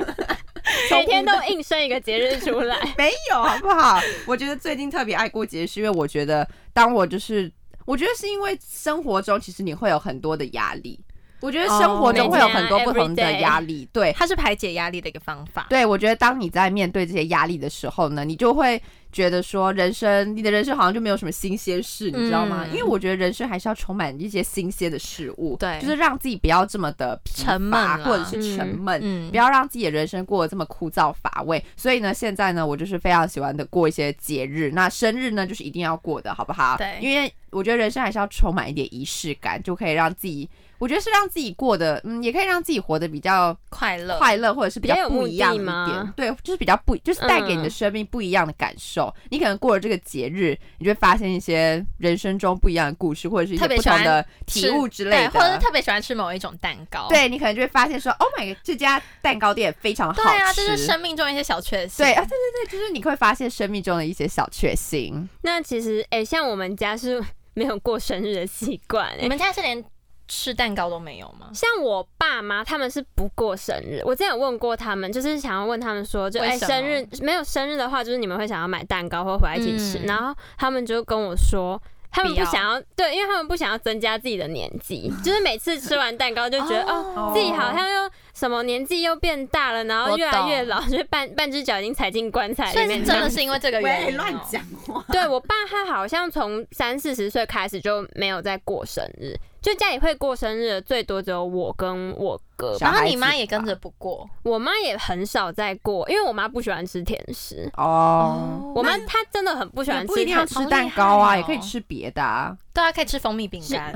S2: 从无
S3: 每 天都硬生一个节日出来。
S2: 没有，好不 好？我觉得最近特别爱过节，是因为我觉得，当我就是，我觉得是因为生活中其实你会有很多的压力，我觉得生活
S3: 哦
S2: 中会
S3: 啊
S2: 有很多不同的压力，对。
S1: 它是排解压力的一个方法。
S2: 对，我觉得当你在面对这些压力的时候呢，你就会觉得说，人生你的人生好像就没有什么新鲜事，你知道吗？
S1: 嗯
S2: 因为我觉得人生还是要充满一些新鲜的事物，
S1: 对
S2: 就是让自己不要这么的疲乏
S1: 沉闷啦
S2: 或者是沉闷，
S1: 嗯
S2: 不，要让自己的人生过得这么枯燥乏味。所以呢，现在呢，我就是非常喜欢的过一些节日。那生日呢，就是一定要过的，好不好？
S1: 对
S2: 因为我觉得人生还是要充满一点仪式感，就可以让自己，我觉得是让自己过得，嗯，也可以让自己活得比较
S1: 快乐。
S2: 快乐，或者是比
S3: 比较
S2: 较
S3: 有
S2: 不
S3: 目
S2: 一样
S3: 的
S2: 一点
S3: 吗。
S2: 对，就是比较不，就是带给你的
S3: 嗯
S2: 生命不一样的感受。你可能过了这个节日，你就会发现一些人生中不一样的故事，或者是一些
S1: 特别
S2: 不同
S1: 喜欢
S2: 的体
S1: 吃
S2: 悟之类的，
S1: 对，或者是特别喜欢吃某一种蛋糕。
S2: 对你可能就会发现说，Oh my god，这家蛋糕店非常好吃。
S1: 对啊，这是生命中一些小确幸。
S2: 对啊，对对对，就是你会发现生命中的一些小确幸。
S3: 那其实，哎、像我们家是没有过生日的习惯、
S1: 你
S3: 哎，
S1: 们家是连吃蛋糕都没有吗？
S3: 像我爸妈他们是不过生日，我之前有问过他们，就是想要问他们说，就
S1: 为
S3: 哎、
S1: 什么
S3: 生日没有生日的话，就是你们会想要买蛋糕或回来一起吃，
S1: 嗯
S3: 然后他们就跟我说。他们
S1: 不
S3: 不
S1: 要
S3: 想要对，因为他们不想要增加自己的年纪，就是每次吃完蛋糕就觉得哦，
S2: 哦
S3: 自己好像又什么年纪又变大了，然后
S1: 我
S3: 越来
S1: 懂
S3: 越老，就是半半只脚已经踩进棺材
S1: 所
S3: 里
S1: 以
S3: 面
S1: 是
S3: 这
S1: 真
S3: 样
S1: 的是因为这个原因、哦。
S2: 话。
S3: 对我爸，他好像从三四十岁开始就没有再过生日，就家里会过生日的最多只有我跟我哥吧。
S1: 然后你妈也跟着不过，
S3: 我妈也很少再过，因为我妈不喜欢吃甜食。
S2: 哦，
S3: 我妈她真的很不喜
S2: 也
S3: 欢
S2: 不
S1: 哦
S3: 吃
S2: 一定要
S3: 甜
S2: 吃蛋糕
S1: 好厉害
S2: 啊，
S1: 哦
S2: 也可以吃别的啊。
S1: 对啊，可以吃蜂蜜饼干，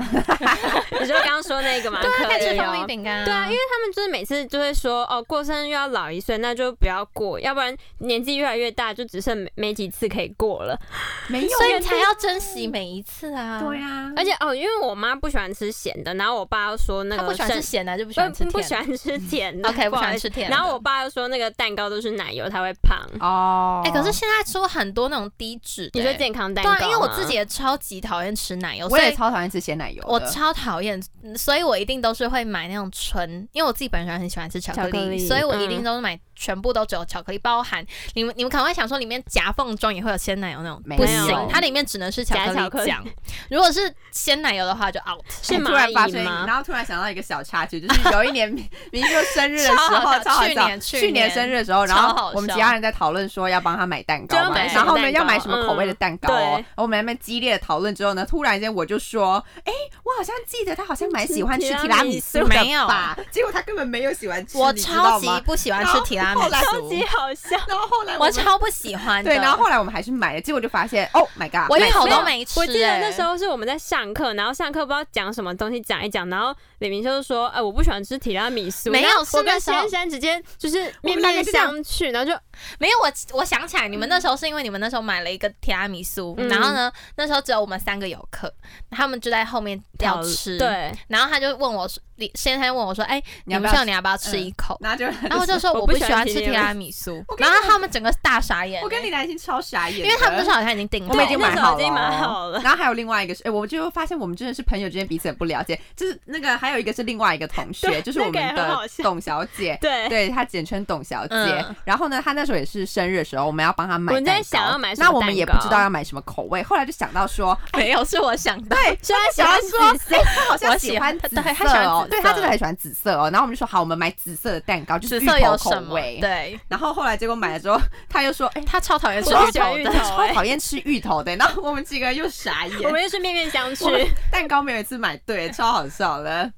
S3: 你就刚刚说那个嘛，
S1: 对啊，可以吃
S3: 以
S1: 蜂蜜
S3: 哦。
S1: 饼干、
S3: 对啊，因为他们就是每次就会说，哦，过生日又要老一岁，那就不要过，要不然年纪越来越大，就只剩没没几次可以过了。
S1: 嗯
S2: 没有
S1: 所以才要珍惜每一次啊。
S2: 对啊，
S3: 而且哦，因为我妈不喜欢吃咸的，然后我爸又说那
S1: 她
S3: 个
S1: 不喜欢
S3: 生
S1: 吃咸的，就嗯不喜欢吃甜的。嗯
S3: 不嗯不喜欢吃甜的
S1: OK，不喜
S3: 好
S1: 欢
S3: 意思
S1: 吃甜的。
S3: 然后我爸又说那个蛋糕都是奶油，它会胖。
S2: 哦，
S1: 哎、可是现在出很多那种低脂的、
S3: 你说健康蛋
S1: 对
S3: 糕吗？
S1: 啊，因为我自己也超级讨厌吃奶油，
S2: 我
S1: 所
S2: 也
S1: 以
S2: 超讨厌吃咸奶油的。
S1: 我超讨厌，嗯所以我一定都是会买那种纯，因为我自己本身很喜欢吃巧克力，
S3: 巧克力
S1: 所以我一定都是买全部都只有巧克力，包含你们你们可能会想说里面夹缝中也会有鲜奶油那种
S2: 没，有
S1: 不行，它里面只能是巧
S3: 夹巧
S1: 克
S3: 克
S1: 力
S3: 力
S1: 酱，如果是鲜奶油的话就 out。
S3: 是
S2: 突然发
S3: 蚂蚁
S2: 生，
S3: 吗？
S2: 然后突然想到一个小插曲，就是有一年 明明就生日的时
S1: 超好
S2: 候，
S1: 笑
S2: 超好
S1: 去
S2: 笑
S1: 年去
S2: 去年
S1: 年
S2: 生日的时候，然
S1: 超好
S2: 后我们
S1: 笑
S2: 其他人在讨论说要帮他买蛋糕
S3: 就要
S2: 嘛，
S1: 买什么
S2: 然后呢
S3: 蛋糕
S2: 要买什么口味的蛋糕哦
S3: 嗯对，
S2: 我们在那边激烈的讨论之后呢，突然间我就说，哎，我好像记得他好像蛮喜欢吃提拉米苏的吧
S1: 没有
S2: 结果他根本没有喜欢吃，
S1: 我
S2: 你知道
S1: 超级
S2: 吗
S1: 不喜欢吃提拉米
S2: 然
S3: 超级
S1: 苏，
S3: 好笑。
S2: 然后后来
S1: 我
S2: 们
S1: 超不喜欢的。
S2: 对，然后后来我们还是买了，结果就发现，Oh my god，
S1: 我一
S2: 买
S1: 口
S2: 错
S1: 都
S2: 了
S1: 没吃、
S3: 我记得
S1: 哎
S3: 那时候是我们在上课，然后上课不知道讲什么东西讲一讲，然后李明就是说：“哎，我不喜欢吃提拉米苏。”
S1: 没有
S3: 然后
S1: 是
S3: 我
S1: 那
S3: 跟
S1: 时候
S3: 珊珊直接就是
S2: 我
S3: 面
S2: 们两
S3: 面
S2: 个就这样
S3: 相觑，然后就
S1: 没有我，我想起来，你们那时候是因为你们那时候买了一个提拉米苏，
S3: 嗯
S1: 然后呢，那时候只有我们三个游客，他们就在后面要吃，，
S3: 对，
S1: 然后他就问我说，李先生问我说，哎、
S2: 你要
S1: 你
S2: 不
S1: 们
S2: 要
S1: 说
S2: 吃
S1: 你要不要吃一口？
S2: 然后就
S1: 然后我就说
S3: 我
S1: 我
S3: 不
S1: 喜
S3: 喜欢
S1: 欢吃提
S3: 提拉
S1: 拉米苏
S2: 我，跟
S1: 然
S2: 你
S1: 后他们整个大傻眼、
S2: 我跟李
S1: 欸
S2: 南星超傻眼的，
S1: 因为他们那时候好像已经订
S2: 我们已
S1: 到
S2: 经
S1: 了
S2: 买
S3: 那时候
S2: 好
S3: 已经
S2: 了哦
S3: 买好 了
S2: 然后还有另外一个是，哎、我就发现我们真的是朋友之间彼此很不了解。就是那个还有一个是另外一个同学，
S3: 对
S2: 就是我们
S3: 那个也很好
S2: 的
S3: 笑
S2: 董小姐，
S3: 对
S2: 对她简称董小姐。
S1: 嗯
S2: 然后呢，她那时候也是生日的时候，我们要帮她买
S3: 我
S2: 蛋
S3: 们
S2: 糕，
S3: 在想要买什么
S2: 那我们也不
S3: 蛋糕
S2: 知道要买什么口味，后来就想到说，
S1: 没有，是我想到，
S2: 对，
S3: 虽然
S2: 想要说，哎、她好
S1: 我
S2: 像
S1: 喜
S2: 喜欢
S1: 她
S2: 紫
S1: 对她喜
S2: 色
S1: 欢
S2: 哦，
S1: 色，
S2: 对他真的很喜欢紫色哦，然后我们就说好，我们买紫色的蛋糕，就是
S1: 紫
S2: 芋
S1: 色
S2: 头
S1: 有
S2: 口
S1: 什么？
S2: 味。
S1: 对
S2: 然后后来结果买了之后，他又说， 哎、
S1: 他超讨厌吃
S3: 我
S1: 芋
S3: 喜欢
S1: 头
S3: 芋
S1: 的
S3: 头，
S2: 超讨厌吃芋头的。然后我们几个人又 傻眼，
S3: 我们又是面面相
S2: 我们
S3: 觑。
S2: 蛋糕没有一次买对，超好笑的。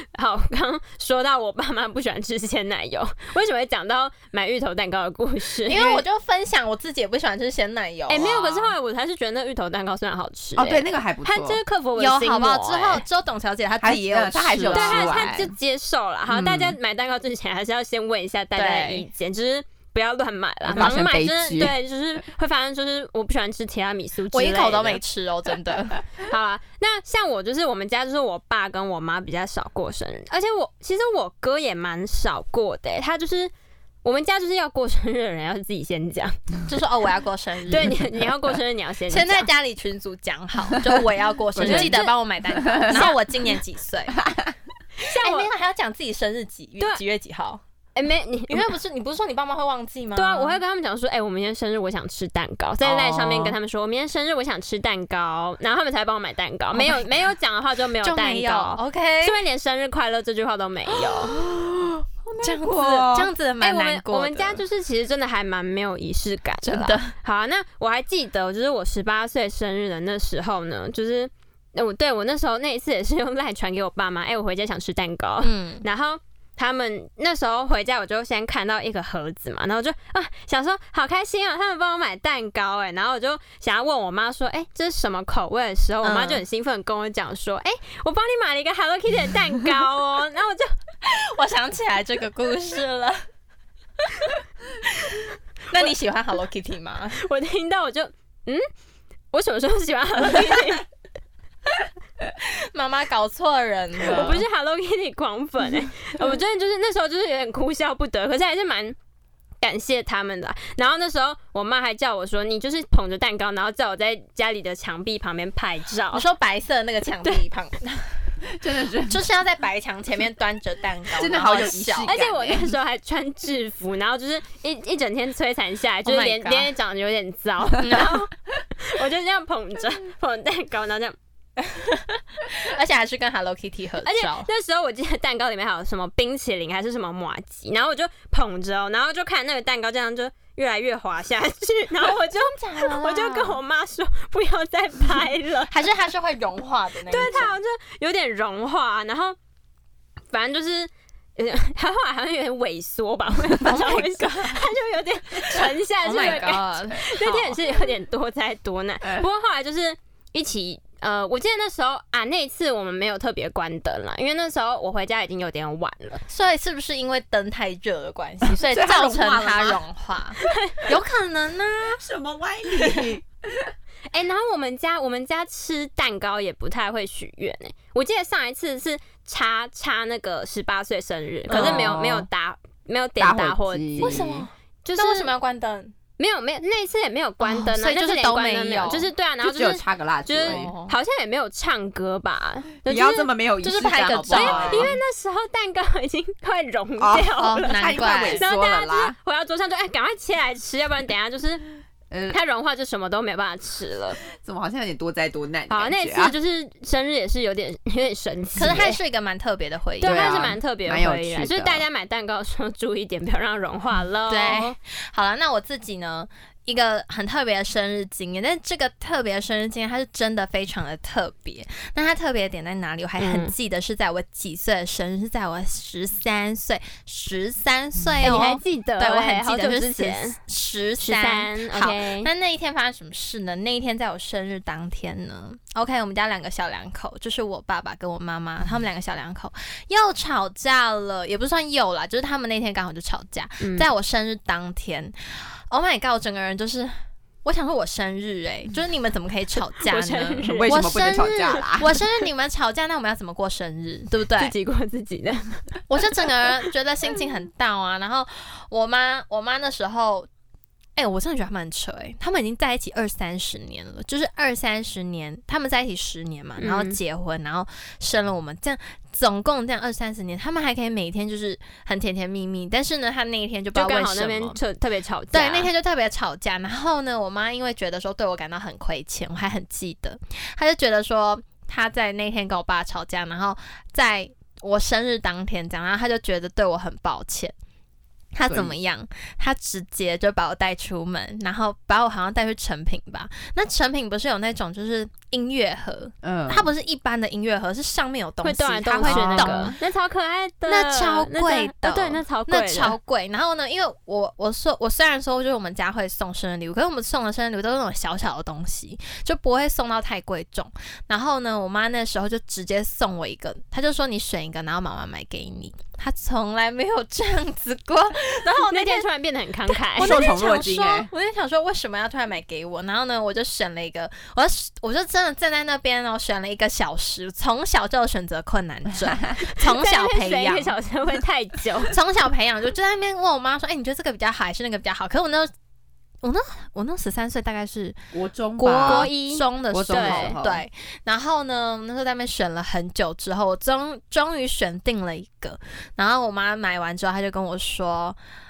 S3: 好，刚说到我爸妈不喜欢吃鲜奶油，为什么会讲到买芋头蛋糕的故事？
S1: 因为我就分享我自己也不喜欢吃鲜奶油、啊，
S3: 哎、没有，可是后来我还是觉得那芋头蛋糕虽然好吃、
S2: 哦，对，
S3: 哎，
S2: 那个还不错
S3: 它。就是克服我的
S1: 有
S3: 心
S1: 好不
S3: 魔、
S1: 好？之后
S3: 哎
S1: 之后董小欸姐她自己也有
S2: 还是呃她还是有
S1: 吃
S3: 对
S1: 啊
S3: 他，
S2: 吃完
S3: 他就接受了。好，
S2: 嗯
S3: 大家买蛋糕之前还是要先问一下大家的
S1: 对
S3: 意见，就是不要乱买啦，
S2: 不要
S3: 盲
S2: 选
S3: 买
S2: 悲
S3: 真的
S2: 剧
S3: 对，就是会发生，就是我不喜欢吃提拉米苏之类的，
S1: 我一口都没吃哦，真的。
S3: 好啦，那像我就是我们家就是我爸跟我妈比较少过生日，而且我其实我哥也蛮少过的欸、他就是。我们家就是要过生日的人要自己先讲，
S1: 就说哦，我要过生日。
S3: 对你，你要过生日你要先讲
S1: 先在家里群组讲 好，就我要过生
S2: 我觉
S1: 日，
S2: 得
S1: 记得帮我买蛋 糕。然后我今年几 岁？哎，
S3: 像我
S1: 那个还要讲自己生日几月
S3: 对
S1: 几月几号？
S3: 哎、没你
S1: 因为不是啊你不是说你爸妈会忘记吗？
S3: 对啊，我会跟他们讲说，哎、我明天生日，我想吃蛋糕，在赖上面
S1: 哦
S3: 跟他们说，我明天生日，我想吃蛋糕，然后他们才帮我买蛋糕。没有没有讲的话就没有
S1: 哦就
S3: 蛋
S1: 没有哦
S3: 糕，
S1: OK，
S3: 这边连生日快乐这句话都没有。
S1: 这样子
S2: 过哦
S1: 这样子
S3: 哎、
S1: 蛮
S3: 我
S1: 难
S3: 们
S1: 过的。
S3: 我们家就是其实真的还蛮没有仪式感的
S1: 真
S3: 啦。
S1: 的
S3: 好、啊，那我还记得，就是我十八岁生日的那时候呢，就是呃我对我那时候那一次也是用赖传给我爸妈，哎、我回家想吃蛋糕，
S1: 嗯，
S3: 然后他们那时候回家，我就先看到一个盒子嘛，然后我就啊想说好开心啊，他们帮我买蛋糕哎、然后我就想要问我妈说，哎、这是什么口味的时候，我妈
S1: 嗯
S3: 就很兴奋地跟我讲说，哎、我帮你买了一个 Hello Kitty 的蛋糕哦， 然后我就
S1: 我想起来这个故事了。 那你喜欢 Hello Kitty 吗？
S3: 我听到我就嗯，我什么时候喜欢 Hello Kitty？
S1: 妈妈搞错人了，
S3: 我不是 Hello Kitty 狂粉 哎、我真的就是那时候就是有点哭笑不得，可是还是蛮。感谢他们的啊、然后那时候我妈还叫我说：“你就是捧着蛋糕，然后叫我在家里的墙壁旁边拍照
S1: 你。说白色那个墙壁旁，
S2: 真的是
S1: 就是要在白墙前面端着蛋糕，
S2: 真的
S1: 然后
S2: 好有仪式
S1: 笑
S2: 感”
S3: 而且
S1: 欸
S3: 我那时候还穿制服，然后就是一一整天摧残下来，就是
S1: Oh my
S3: 脸
S1: God
S3: 脸也长得有 点糟，然后我就这样捧着捧着蛋糕，然后这样。
S1: 而且还是跟 Hello Kitty 合
S3: 而且
S1: 照。，
S3: 那时候我记得蛋糕里面还有什么冰淇淋还是什么马吉，然后我就捧着哦，然后就看那个蛋糕这样就越来越滑下去，然后我就我就跟我妈说不要 再拍了
S1: 还是它是会融化的那一
S3: 对，啊它好
S1: 种，
S3: 像就有点融化，啊然后反正就是。有点，它后来好像有点萎缩吧，我也 不知道
S1: Oh my
S3: 为什么，它就有点沉下去
S1: Oh
S3: 的
S1: my
S3: 感觉。
S1: god！
S3: 那天也是有点多灾多难
S2: 嗯，
S3: 不过后来就是一起。呃，我记得那时候啊，那一次我们没有特别关灯啦，因为那时候我回家已经有点晚了。
S1: 所以是不是因为灯太热的关系，所以
S2: 所以它
S1: 造
S2: 融
S1: 成
S2: 化了
S1: 它
S2: 吗
S1: 融化？有可能呢、啊
S2: 什么歪理？
S3: 哎、然后我们家我们家吃蛋糕也不太会许愿哎，我记得上一次是插插那个十八岁生日，可是没有、
S2: 哦
S3: 没有打没有点打火机，
S1: 为什么？
S3: 就是
S1: 那为什么要关灯？
S3: 没有没有那一次也没有关灯、啊
S1: 哦所以
S3: 那
S1: 就是
S3: 次连
S1: 都
S3: 关
S1: 没
S3: 灯没
S1: 有
S3: 就是对啊，然后
S2: 就只
S3: 就
S2: 有
S3: 是
S2: 插个蜡烛
S3: 就
S2: 而
S3: 是
S2: 已。
S1: 哦
S3: 好像也没有唱歌吧，就
S2: 你要
S3: 是
S2: 这么没有仪
S1: 就是
S2: 式
S1: 拍
S2: 感
S1: 个
S2: 好不好
S1: 照
S2: 啊
S1: 啊，
S3: 因为那时候蛋糕已经快融
S2: 哦
S3: 掉
S1: 哦，
S3: 了。
S2: 它
S1: 难
S2: 已经快
S1: 怪
S2: 萎
S3: 然后
S2: 缩
S3: 大
S2: 了
S3: 家就是
S2: 啦。
S3: 回到桌上就哎，赶快切来吃，要不然等一下就是
S2: 呃，
S3: 它融化就什么都没有办法吃了。
S2: 怎么好像有点多灾多难的
S3: 好，
S2: 感
S3: 那
S2: 觉
S3: 次
S2: 啊？
S3: 就是生日也是有点 有点神奇
S1: 可
S3: 耶，
S1: 是它是一个蛮特别的回忆。
S3: 对，
S2: 对啊
S3: 它是蛮特别的
S2: 蛮有
S3: 回忆啦，
S2: 趣
S3: 就是
S2: 的
S3: 大家买蛋糕的时候注意一点，不要让它融化哎喽。
S1: 对，哎好了，那我自己呢，一个很特别的生日经验，但这个特别的生日经验，它是真的非常的特别。那它特别的点在哪里？我还很
S3: 嗯
S1: 记得是在我几岁的生日，是在我十三岁，十三岁
S3: 哎你还
S1: 哦。
S3: 记得
S1: 对，
S3: 欸？
S1: 我很记
S3: 好久
S1: 得
S3: 之
S1: 是
S3: 前
S1: 十
S3: 十
S1: 三。
S3: 三。
S1: 好
S3: OK
S1: 那那一天发生什么事呢？那一天在我生日当天呢，OK，我们家两个小两口，就是我爸爸跟我妈妈，他们两个小两口又吵架了，也不算又啦，就是他们那天刚好就吵架。
S3: 嗯
S1: 在我生日当天，Oh my god，我整个人就是，我想说我生日哎、就是你们怎么可以吵架
S3: 嗯 我
S1: 呢？
S3: 生日
S2: 为什
S1: 我
S2: 么不能
S1: 生
S2: 吵
S1: 日
S2: 架啦？
S1: 我生日你们吵架，那我们要怎么过生 日，对不对
S3: 自？己过自己的，
S1: 我就整个人觉得心情很 down 啊。 然后我妈，我妈那时候，哎、我真的觉得他们很扯哎、他们已经在一起二三十年了，就是二三十年，他们在一起十年嘛，
S3: 嗯
S1: 然后结婚，然后生了我们，这样总共这样二三十年，他们还可以每天就是很甜甜蜜蜜。但是呢，他那一天就不知
S3: 就
S1: 道为
S3: 刚好那
S1: 什
S3: 边
S1: 么。
S3: 特特别吵架。
S1: 对，那天就特别吵架。然后呢，我妈因为觉得说对我感到很亏欠，我还很记得，她就觉得说她在那天跟我爸吵架，然后在我生日当天这样，然后他就觉得对我很抱歉。他
S2: 所
S1: 怎
S2: 以
S1: 么样？他直接就把我带出门，然后把我好像带去成品吧。那成品不是有那种就是音乐盒，
S2: 嗯，
S1: 它不是一般的音乐盒，是上面有东
S3: 会
S1: 西，
S3: 动来
S1: 它
S3: 动
S1: 会
S3: 去那
S1: 动。
S3: 个，那超可爱的，
S1: 那超
S3: 那
S1: 贵
S3: 真
S1: 的
S3: 哦对，那超贵
S1: 那
S3: 的，
S1: 超贵，然后呢？因为我我说我虽然说就是我们家会送生日礼物，可是我们送的生日礼物都是那种小小的东西，就不会送到太贵重。然后呢，我妈那时候就直接送我一个，她就说你选一个，然后妈妈买给你。她从来没有这样子过。然后我
S3: 那
S1: 那
S3: 天
S1: 天
S3: 突然变得很哎慷慨
S1: 我，
S2: 哎受
S1: 那天
S2: 宠若
S1: 想
S2: 惊
S1: 说
S2: 欸，
S1: 我那天想说为什么要突然买给我？然后呢，我就选了一个，我就我就真的站在那边哦，选了一个小时，从小就有选择困难 症，从小培
S3: 在那边选
S1: 养
S3: 一个。小时会太 久，
S1: 从小培养，就就在那边问我妈说：“哎、你觉得这个比较好还是那个比较好？”可是我那时候我那我那十三岁，大概是
S2: 国中
S1: 国
S2: 吧
S3: 国
S1: 一
S3: 一
S1: 中的
S2: 国
S1: 时
S2: 中
S1: 候，
S3: 的时
S1: 对
S2: 候
S1: 对。然后呢，那时候在那边选了很久之后，我终终于选定了一个。然后我妈买完之后，她就跟我说，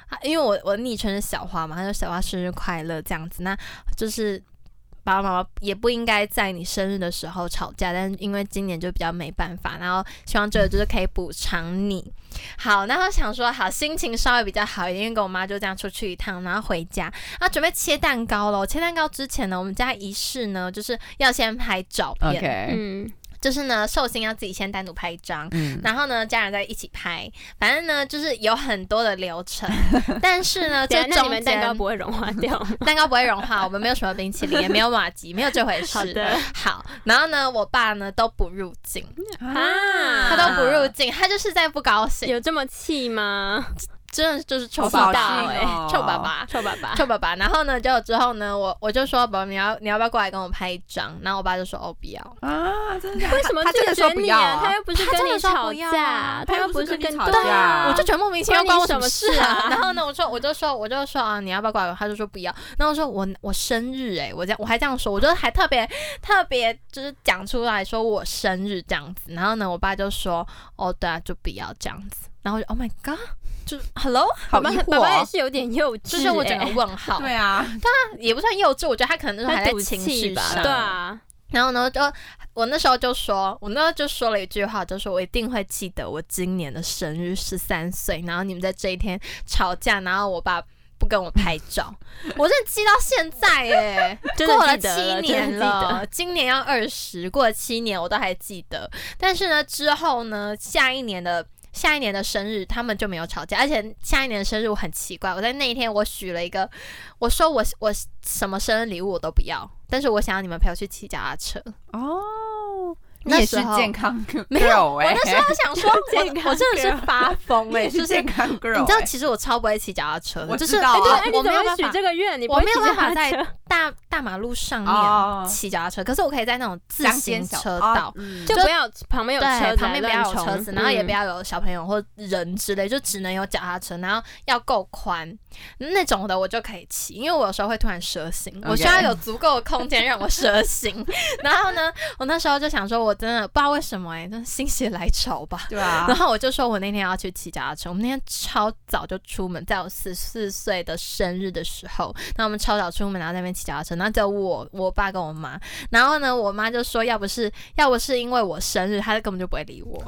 S1: 啊因为我我昵称是小花嘛，她说小花生日快乐这样子。那就是爸爸妈妈也不应该在你生日的时候吵架，但是因为今年就比较没办法，然后希望这个就是可以补偿你。好，然后想说好，心情稍微比较好一点，因为跟我妈就这样出去一趟，然后回家，那准备切蛋糕喽。切蛋糕之前呢，我们家仪式呢就是要先拍照片
S2: OK，
S3: 嗯，
S1: 就是呢寿星要自己先单独拍一张，
S2: 嗯，
S1: 然后呢，家人在一起拍，反正呢就是有很多的流 程，但是呢，
S3: 对
S1: 这
S3: 啊，那你
S1: 中
S3: 们
S1: 间
S3: 蛋糕不会融化 掉吗？
S1: 蛋糕不会融化，我们没有什么冰淇淋，也没有马吉，没有这回事。
S3: 好的，
S1: 好，然后呢，我爸呢都不入境，
S3: 啊
S1: 他都不入境，他就是在不高兴，
S3: 有这么气吗？
S1: 真的就是臭
S2: 好
S1: 爸
S2: 扫
S3: 哎
S1: 爸、
S2: 兴
S1: 欸
S2: 哦，
S1: 臭爸爸。
S3: 臭爸爸，
S1: 臭爸爸，然后呢，就之后呢，我我就说，宝宝，你要你要不要过来跟我拍一张？然后我爸就说，哦，不要。
S2: 啊，真的，
S3: 为什么
S2: 他真的
S3: 拒
S2: 说
S3: 绝
S2: 不
S3: 你
S2: 要
S3: 啊？
S2: 啊
S3: 他又不是
S1: 他真
S3: 跟
S1: 的
S3: 你
S1: 说
S3: 吵
S1: 不要
S3: 架
S1: 啊，
S2: 他又
S3: 又
S2: 不
S3: 不
S2: 是
S3: 是
S2: 跟你吵
S3: 对
S2: 架啊
S3: 啊，
S1: 我就觉得莫名其妙关
S3: 关
S1: 我
S3: 你
S1: 什
S3: 什
S1: 么
S3: 么
S1: 事
S3: 事
S1: 啊
S3: 啊？
S1: 然后呢，我说我就说我就说啊，你要不要过来？他就说不要。然后我说我我生日哎、我这样我还这样说，我就还特别特别就是讲出来说我生日这样子。然后呢，我爸就说哦对啊，就不要这样子。然后我就 Oh my God，就是 Hello，
S2: 好疑
S3: 爸爸
S2: 惑
S3: 爸爸也
S2: 哦，
S3: 是有点幼稚欸，
S1: 就是我哎整个问号，
S2: 对啊，
S1: 也不算幼稚，我觉得他可能那时候还
S3: 他
S1: 在
S3: 赌
S1: 情
S3: 气
S1: 绪
S3: 吧
S1: 上，，
S3: 对啊，
S1: 然后呢，就我那时候就说，我那时候就说了一句话，就说我一定会记得我今年的生日十三岁，然后你们在这一天吵架，然后我爸不跟我拍 照，我真的记到现在耶，
S3: 真的
S1: 过了
S3: 记得
S1: 七
S3: 了
S1: 年
S3: 真的记得
S1: 了，今年要二十，过了七年我都还记得。但是呢，之后呢，下一年的。下一年的生日，他们就没有吵架，而且下一年的生日我很奇怪，我在那一天我许了一个，我说我我什么生日礼物我都不要，但是我想要你们陪我去骑脚踏车。
S2: 哦，你
S1: 那
S2: 也
S1: 时
S2: 是
S1: 候
S2: 健康 girl，
S1: 没有
S2: 哎，
S1: 我那时候想说，
S3: 健
S1: 我
S3: 康
S1: 我真的是
S3: girl
S1: 发疯
S2: 我
S1: 哎、
S2: 也
S1: 就是是
S2: 健
S1: 你
S2: 康 girl，
S1: 知道，
S2: 哎
S1: 其实我超不会骑脚踏车的，
S2: 我
S1: 就
S2: 知
S1: 是
S2: 道
S1: 哎
S2: 啊
S1: 对
S3: 哎，
S1: 我
S3: 你怎
S1: 没有
S3: 么
S1: 办
S3: 许
S1: 法
S3: 这个愿？你不
S1: 我
S3: 会
S1: 没有办
S3: 骑
S1: 法
S3: 脚踏车
S1: 在大大马路上
S2: 哦
S1: 面骑脚踏车，可是我可以在那种自
S2: 乡
S1: 行
S2: 间小
S1: 车
S2: 啊
S1: 道。
S2: 嗯
S3: 就
S1: 就
S3: 不要旁边有车
S1: 对，
S3: 子，啊嗯
S1: 旁边不要有车子，然后也不
S3: 要。
S1: 要有小朋友或人之类，就只能有脚踏车，然后要够宽那种的，我就可以骑，因为我有时候会突然蛇行，我需要
S2: OK
S1: 有足够的空间让我蛇行。 然后呢，我那时候就想说，我真的不知道为什么哎、真的心血来潮吧，
S2: 对啊
S1: 然，后我就说我那天要去骑脚踏车，我们那天超早就出门，在我十四岁的生日的时候，那我们超早出门，然后在那边骑脚踏车，然后只有我、我爸跟我妈。然后呢，我妈就说，要不是要不是因为我生日，她根本就不会理 我。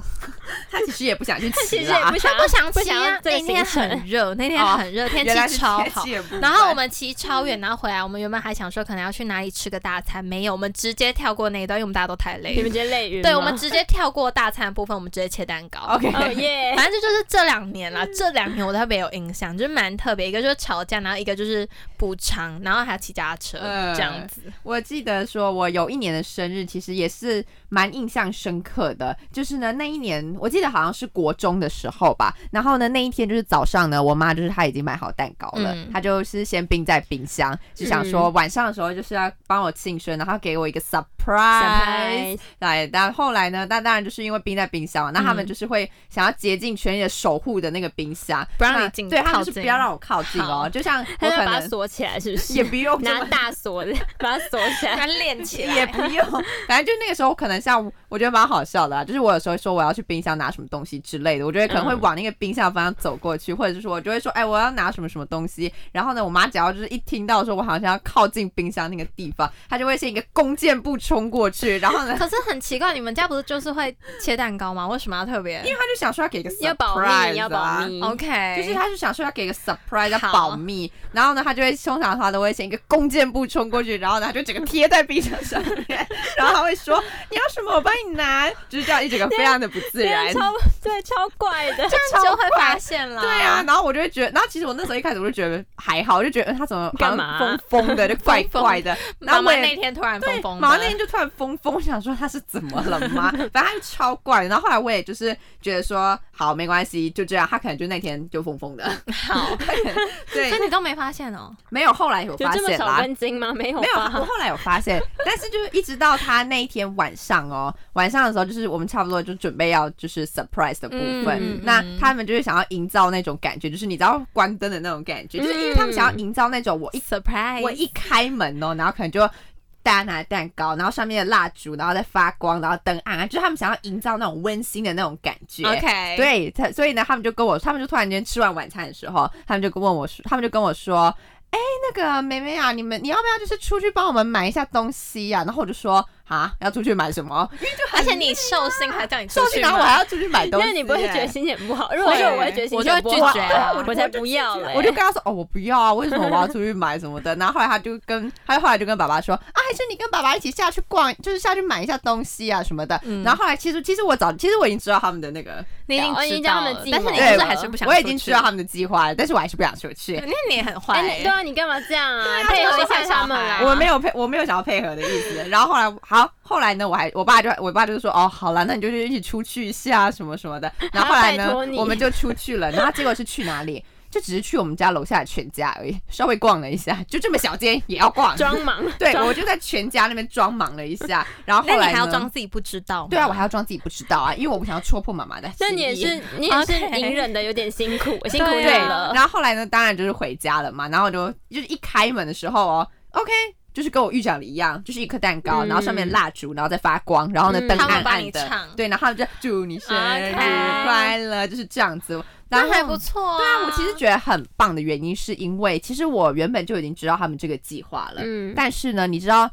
S2: 他其实也不想去
S3: 其
S2: 骑
S3: 实也
S2: 啦
S3: 不，
S1: 她
S3: 想
S1: 不想
S3: 不
S1: 骑
S3: 想
S1: 啊
S3: 要，这
S1: 那
S3: 个
S1: 天
S3: 行
S1: 很
S3: 程，
S1: 热，那天
S2: 哦
S1: 很热，天
S2: 原来
S1: 气
S2: 是
S1: 超
S2: 天
S1: 好。
S2: 气也不
S1: 然后
S2: 对
S1: 我们骑超远，然后回来，我们原本还想说可能要去哪里吃个大餐，没有，我们直接跳过那一段，因为我们大家都太累
S3: 你们
S1: 了。
S3: 觉得累晕吗？
S1: 对，我们直接跳过大餐的部分，我们直接切蛋糕。
S2: OK，
S3: 哦耶，
S1: 反正这就是这两年啦，这两年我特别有印象，就是蛮特别，一个就是吵架，然后一个就是补偿，然后还有骑脚踏车、
S2: 嗯
S1: 这样子。
S2: 我记得说，我有一年的生日其实也是蛮印象深刻的，就是呢那一年我记得好像是国中的时候吧，然后呢那一天就是早上呢，我妈就是她已经买好蛋糕了，
S1: 嗯
S2: 她就是先冰在冰箱，就想说晚上的时候就是要帮我庆生，然后给我一个 surprise。
S3: surprise，
S2: 对，但后来呢，那当然就是因为冰在冰箱嘛，那他们就是会想要竭尽全力的守护的那个冰箱，
S1: 不让
S2: 那
S1: 你进
S2: 对，
S1: 靠
S2: 他们就是
S1: 近
S2: 不要让我靠近哦
S1: 好，
S2: 就像我
S3: 他就
S2: 可
S3: 要把它
S2: 能
S3: 锁起来，是不是？
S2: 也不用这
S3: 拿
S2: 么
S3: 大锁的，把它锁起 来。
S1: 它练起
S2: 也
S1: 来。
S2: 不用， 反正就那个时候，可能像我觉得蛮好笑的、啊，就是我有时候说我要去冰箱拿什么东西之类的，我就会可能会
S3: 嗯
S2: 往那个冰箱方向走过去，或者是说我就会说，哎，我要拿什么什么东西。然后呢，我妈只要就是一听到说我好像要靠近冰箱那个地方，她就会先一个弓箭步冲过去，然后 呢，
S1: 可是很奇怪，你们家不是就是会切蛋糕吗？为什么要特别
S2: 因为她就想说要给个啊 surprise，、啊、
S3: 要保密，要保 密。
S1: ？OK，
S2: 就是他就想说要给个 surprise 要
S1: 好
S2: 保密，然后呢，他就会通常他都会先一个弓箭步冲过去，然后呢，他就整个贴在冰箱上面， 然后他会说你要什么我帮你拿，就是这样一整个非常的不自
S3: 对
S2: 然
S3: 啊，。超对超怪的，
S1: 这样就会发现了。
S2: 对啊，，然后我就会觉得，然后其实我那时候一开始我就觉得还好，我就觉得嗯他怎么好
S3: 干
S2: 像
S3: 嘛
S2: 疯疯的，就怪怪的。
S1: 妈
S2: 然后我
S1: 妈
S2: 也
S1: 那天突然
S2: 对
S1: 疯，疯的，
S2: 妈妈那天就突然疯疯，我想说他是怎么了 吗？反正他就超怪的。然后后来我也就是觉得说，好没关系，就这样。他可能就那天就疯疯的。
S1: 好，
S2: 对
S1: 所，以你都没发现哦。
S2: 没有后来有
S3: 有
S2: 发
S3: 这么
S2: 现
S3: 少
S2: 啦，
S3: 温馨吗？没有
S2: 没有，我
S3: 吧？
S2: 后来有发现，但是就是一直到他那一天晚上哦，晚上的时候就是我们差不多就准备要就是 surprise 的部分，
S1: 嗯嗯
S2: 那
S1: 嗯
S2: 他们就是想要营造那种感觉，就是你知道关灯的那种感觉，就是因为他们想要营造那种我一
S3: 哎
S1: surprise，
S2: 我一开门哦，然后可能就。大家拿蛋糕，然后上面的蜡烛，然后再发光，然后灯暗暗，就是他们想要营造那种温馨的那种感觉。
S1: OK，，
S2: 对，他所以呢，他们就跟我，他们就突然间吃完晚餐的时候，他们就跟问我说，他们就跟我说，哎，那个妹妹啊，你们你要不要就是出去帮我们买一下东西呀、啊？然后我就说啊，要出去买什么？
S1: 而且你寿星还叫你出
S2: 寿
S1: 去
S2: 星，然后我
S1: 吗？
S2: 还要 出去买东西、
S3: 那你不会觉得
S2: 哎
S3: 心情不好？如果是我会觉得心
S1: 我就会
S3: 情
S1: 拒
S3: 不
S1: 绝
S3: 好，
S1: 啊
S3: 我才不要嘞。
S2: 我就跟他说哦，我不要啊，为什么我要出去买什么的？然后后来他就跟他后来就跟爸爸说啊，还是你跟爸爸一起下去逛，就是下去买一下东西啊什么的。
S1: 嗯
S2: 然后后来其实其实我早其实我已经知道他们的那个，
S1: 你已
S3: 哦
S1: 经
S3: 你
S1: 知
S3: 叫
S1: 道
S3: 他们
S1: 了，
S3: 进
S1: 但是
S3: 门
S1: 你就是
S2: 了
S1: 还是不想。
S2: 我已经知道，他们的计划了，但是我还是不想出去。
S1: 那你也很坏
S3: 哎，
S1: 欸
S3: 你对。啊，你干嘛这样啊？
S1: 对
S3: 配
S1: 啊
S3: 合一
S1: 就是
S3: 下
S1: 坏小
S3: 他们
S1: 孩
S3: 啦。
S2: 我没有配，我没有想要配合的意思。然后后来好，后来呢，我还我爸就我爸就说哦，好了，那你就一起出去一下什么 什么的。然后后来
S3: 拜
S2: 呢
S3: 托，你
S2: 我们就出去了。然后结果是去哪里？ 就只是去我们家楼下的全家而已，稍微逛了一下，就这么小间也要逛。
S3: 装忙，
S2: 对，
S3: 装
S2: 我就在全家那边装忙了一下。 然后
S1: 那
S2: 后
S1: 你
S2: 来
S1: 还要
S2: 呢
S1: 装自己不知道吗？
S2: 对啊，我还要装自己不知道啊，因为我不想要戳破妈妈的心意。
S3: 那你也是，你也是
S1: OK
S3: 隐忍的有点辛苦，辛苦
S1: 对
S3: 你
S2: 对，
S3: 了
S2: 然。后后来呢，当然就是回家了嘛。然后我就就是一开门的时候哦，OK，就是跟我预想的一样，就是一颗蛋糕，
S3: 嗯
S2: 然后上面蜡烛，然后再发光，然后呢
S3: 嗯
S2: 灯
S1: 他
S2: 暗
S1: 们帮
S2: 暗
S1: 你
S2: 的，
S1: 唱，
S2: 对，然后他们就祝你生日
S1: OK
S2: 快乐，就是这样子。然后
S1: 那还不错啊。
S2: 对啊，我其实觉得很棒的原因是因为，其实我原本就已经知道他们这个计划了，
S3: 嗯，
S2: 但是呢，你知道。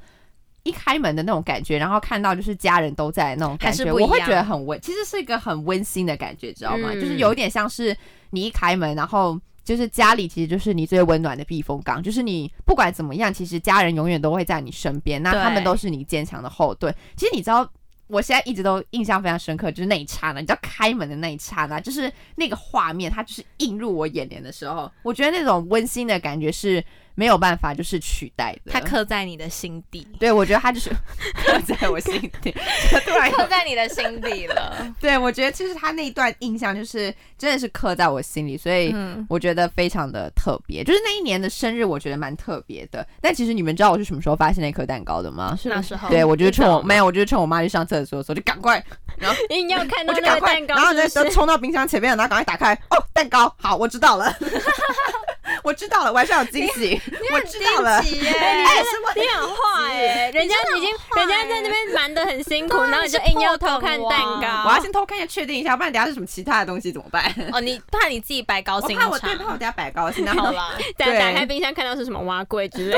S2: 一开门的那种感觉，然后看到就是家人都在那种感
S1: 还
S2: 觉，
S1: 是不一
S2: 我
S1: 样
S2: 会觉得很温，其实是一个很温馨的感觉，知道吗？
S3: 嗯
S2: 就是有点像是你一开门，然后就是家里其实就是你最温暖的避风港，就是你不管怎么样，其实家人永远都会在你身边，那
S1: 对
S2: 他们都是你坚强的后盾。其实你知道。我现在一直都印象非常深刻，就是那一刹那，你知道开门的那一刹那，就是那个画面，它就是映入我眼帘的时候，我觉得那种温馨的感觉是没有办法就是取代的。
S1: 它刻在你的心底，
S2: 对，我觉得他就是 刻在我心底。就突然有，
S1: 刻在你的心底 了。
S2: 对我觉得其实他那一段印象就是真的是刻在我心里，所以
S1: 嗯，
S2: 我觉得非常的特别。就是那一年的生日，我觉得蛮特别的。但其实你们知道我是什么时候发现那颗蛋糕的吗？
S1: 那时候
S2: 对，我就是
S3: 哦
S2: 趁
S3: 你早
S2: 我
S3: 吗
S2: 没有，我就是趁我妈去上厕所的时候就赶快，
S3: 硬要看
S2: 我
S3: 到
S2: 就
S3: 那
S2: 赶
S3: 个
S2: 快，
S3: 蛋糕
S2: 然后呢
S3: 是不？
S2: 就是冲到冰箱前面，然后赶快打开，哦，蛋糕，好，我知道了， 我知道了，晚上有惊喜，我知道了，
S1: 惊喜耶
S2: 哎，是我
S3: 你很坏哎，人家已经，人家在那边瞒得很辛苦，
S2: 啊
S3: 然后你就硬要偷看蛋
S2: 我要
S3: 糕。
S2: 先偷看一下，确定一下，不然等下是什么其他的东西怎么办？
S1: 哦，你怕你自己白高
S2: 我
S1: 兴
S2: 怕我
S1: 场
S2: 对怕我
S3: 啊
S2: 等下摆高兴，然后
S1: 好 啦，
S3: 打
S2: 对
S3: 打开冰箱看到是什么蛙柜之类，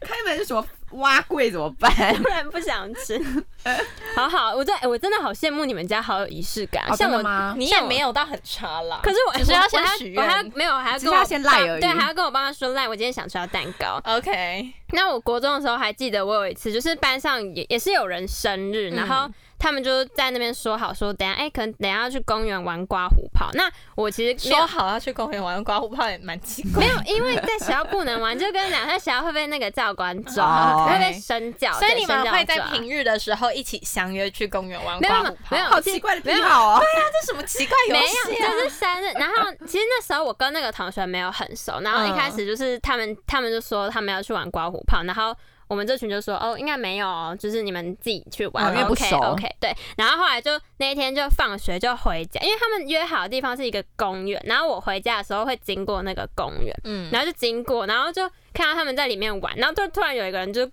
S2: 开门是什么挖柜怎么办？
S3: 突然不想吃。 好好，我在我真的好羡慕你们家好有仪式感，啊
S2: 哦 真
S3: 像
S2: 的
S3: 我
S2: 吗
S1: 你也
S3: 像我
S1: 没有到很差啦。
S3: 可是我
S1: 只是要先
S3: 我还
S1: 许
S3: 我
S1: 愿
S3: 还要没有，还要
S2: 只是
S3: 跟我
S2: 要先赖
S3: 爸
S2: 而已
S3: 对，还要跟我爸妈说赖，我今天想吃到蛋糕。
S1: OK，
S3: 那我国中的时候还记得，我有一次就是班上也也是有人生日，
S1: 嗯
S3: 然后他们就在那边说好说，等一下哎、可能等一下要去公园玩刮胡泡。那我其实没有
S1: 说好要去公园玩刮胡泡也蛮奇怪
S3: 没，有，因为在学校不能玩，就跟你讲，在学校会被那个教官
S2: 哦
S3: 抓，会被身教，
S1: 所以你们
S3: 对
S1: 会在。
S3: 身教抓
S1: 平日的时候一起相约去公园玩
S3: 没
S1: 刮
S3: 有
S1: 胡泡？
S3: 没有
S2: 好奇怪的癖好哦！
S1: 这什么奇怪游
S3: 没有，
S1: 戏啊？
S3: 就是生日。然后其实那时候我
S2: 嗯
S3: 跟那个同学没有很熟，然后一开始就是他们，他们就说他们要去玩刮胡泡，然后我们这群就说哦，应该没有哦，就是你们自己去玩，
S2: 哦因为不
S3: OK
S2: 熟
S3: OK。对，然后后来就那一天就放学就回家，因为他们约好的地方是一个公园，然后我回家的时候会经过那个公园，
S1: 嗯，
S3: 然后就经过，然后就看到他们在里面玩，然后就突然有一个人就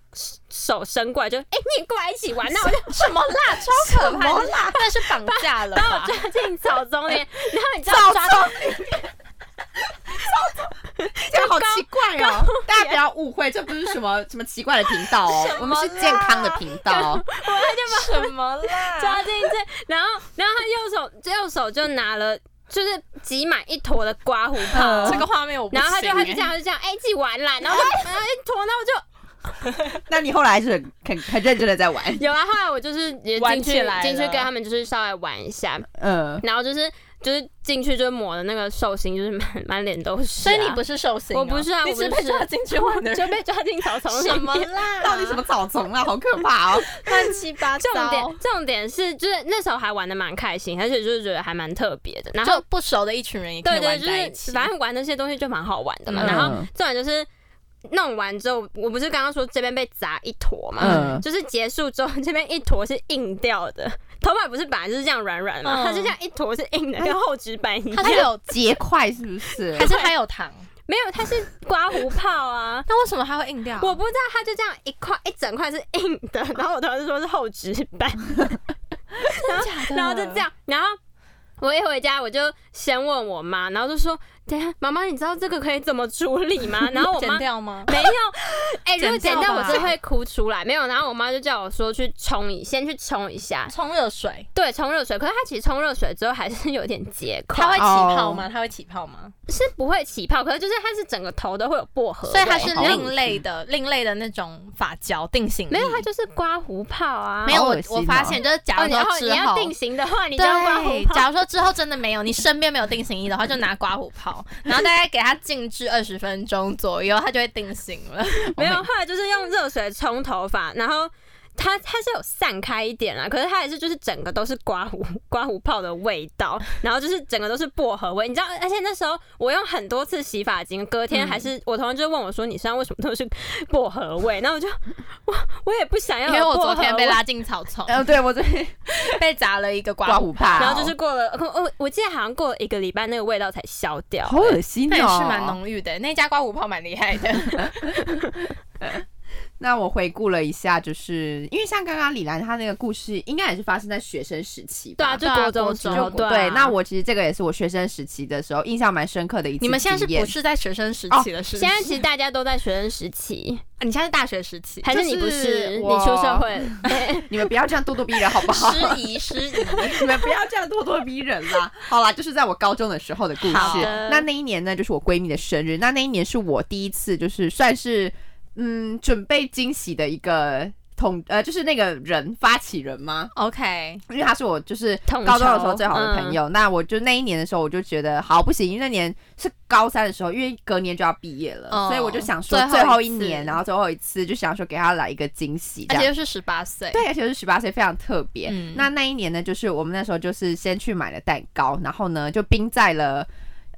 S3: 手伸过来就，哎，你也过来一起玩，那我就
S1: 什么啦，超可怕，那是绑架了
S3: 把我
S1: 吧？
S3: 抓进草丛里面，然后你知
S2: 早
S3: 道
S2: 中，
S3: 抓
S2: 早中， 这个好奇怪哦！大家不要误会，这不是什么什么奇怪的频道哦， 我们是健康的频道哦。
S1: 什么 啦？
S3: 抓进去，然后然后他右手右手就拿了就是挤满一坨的刮胡泡，
S4: 这个画面我不
S3: 然后他就
S4: 行
S3: 他就
S4: 欸
S3: 这样就这样，哎、自己玩啦，然后就 然后一坨，然后就
S2: 那你后来是很很认真的在玩，
S3: 有啊。后来我就是也
S4: 玩
S3: 进去
S4: 起来了
S3: 进去跟他们就是稍微玩一下，
S2: 嗯，
S3: 然后就是就是进去就抹的那个寿星，就是满满脸都是啊、
S4: 所以你不是受刑哦、
S3: 我不是啊
S4: 你
S3: 我
S4: 只是
S3: 不
S4: 被
S3: 是
S4: 抓进去玩的人。
S3: 就被抓 进草丛里
S1: 什么
S3: 面
S1: 啦？
S2: 到底什么草丛啊？好可怕哦！
S1: 乱七八糟？
S3: 重点重点是，就是那时候还玩的蛮开心，而且就是觉得还蛮特别的。然后
S1: 就不熟的一群人也可
S3: 对
S1: 以
S3: 对，
S1: 玩
S3: 就
S1: 在一起
S3: 是。反正玩那些东西就蛮好玩的嘛。
S1: 嗯
S3: 然后重点就是弄完之后，我不是刚刚说这边被砸一坨嘛，
S2: 嗯
S3: 就是结束之后这边一坨是硬掉的， 头发不是本来就是这样软软的
S1: 嗯
S3: 嘛，它是这样一坨是硬的，跟厚纸板一
S1: 它。
S3: 样
S1: 是有，
S2: 结块是不是
S1: 还？是它有糖？
S3: 没有，它是刮胡泡
S1: 。
S3: 啊
S1: 那为什么它会硬掉？
S3: 我不知道，它就这样一块一整块是硬的，然后我同事说是厚纸板，
S1: 嗯真的假的
S3: 然后就这，样，然后我一回家我就先问我妈，然后就说：“等一下，妈妈，你知道这个可以怎么处理 吗？”然后我妈
S1: 剪掉吗？
S3: 没有，哎、如果
S1: 剪
S3: 剪
S1: 掉
S3: 掉我
S1: 吧
S3: 真的会哭出来。没有，然后我妈就叫我说去冲一，先去冲一下，
S1: 冲热水，
S3: 对，冲热水。可是它其实冲热水之后还是有点结
S1: 它
S3: 块，
S1: 会起泡
S2: 哦
S1: 吗？它会起泡吗？
S3: 是不会起泡，可是就是它是整个头都会有薄荷味，
S1: 所以它是
S2: 好恶心
S1: 另类的，另类的那种发胶定型力。
S3: 没有，它就是刮胡泡啊。
S1: 没有
S2: 好
S1: 我
S2: 恶心哦
S1: 我发现就是，假
S3: 哦，
S1: 如
S3: 然
S1: 说
S3: 后你
S1: 之
S3: 要
S1: 后。
S3: 定型的话，你就要刮胡
S1: 对，假
S3: 泡。
S1: 如说之后真的没有，你身边没有定型液的话，就拿刮胡 泡，然后大概给它静置二十分钟左右，它就会定型了。
S3: 没
S2: 哦
S3: 有，后来就是用热水冲头发，然后。它它是有散开一点啊啦，可是它还是就是整个都是刮胡 刮胡泡的味道，然后就是整个都是薄荷味，你知道？而且那时候我用很多次洗发精，隔天还是、我同学就问我说：“你身上为什么都是薄荷味？”然后我就 我我也不想要
S1: 因为
S3: 有
S1: 我
S3: 薄荷味，
S1: 昨天被拉进草 丛，
S2: 呃，对我这
S1: 被砸了一个刮
S2: 刮
S1: 胡
S2: 胡泡，
S3: 然后就是过了，我我我记得好像过了一个礼拜，那个味道才消掉。
S2: 好恶心
S1: 那也
S2: 哦，
S1: 是蛮。浓郁的。那家刮胡泡蛮厉害 的，
S2: 那我回顾了一下，就是因为像刚刚李兰她那个故事，应该也是发生在学生时期
S3: 对
S2: 吧，
S3: 啊，就
S1: 对啊
S3: 国中
S1: 国
S3: 的时
S1: 中
S3: 候，
S1: 就
S3: 对啊、
S2: 对，那我其实这个也是我学生时期的时候印象蛮深刻的一次
S1: 你们现在是
S2: 经验
S1: 不是在学生时
S2: 哦
S1: 期的事
S3: 现
S1: 情？
S3: 在其实大家都在学生时期，
S1: 你现在是大学时期，
S3: 还是你不
S2: 就是
S3: 是？
S2: 我
S3: 你出社会哎了。
S2: 你们不要这样咄咄逼人好不好？
S1: 失仪失仪。
S2: 你们不要这样咄咄逼人啦。好啦，就是在我高中的时候的故
S1: 好
S2: 事
S3: 的。
S2: 那那一年呢，就是我闺蜜的生日。那那一年是我第一次，就是算是嗯准备惊喜的一个统呃，就是那个人发起人吗？
S1: OK，
S2: 因为他是我就是
S3: 统
S2: 高中的时候
S3: 筹
S2: 最好
S1: 嗯
S2: 的朋友。那我就那一年的时候，我就觉得好不行，因为那年是高三的时候，因为隔年就要毕业了，
S1: 哦
S2: 所以我就想说
S1: 最后一
S2: 最后一
S1: 次
S2: 年，然后最后一次就想说给他 来一个惊喜，这
S1: 而
S2: 样
S1: 且。又是十八岁，
S2: 对，而啊且是十八岁，非常特别。
S1: 嗯
S2: 那那一年呢，就是我们那时候就是先去买了蛋糕，然后呢就冰在了。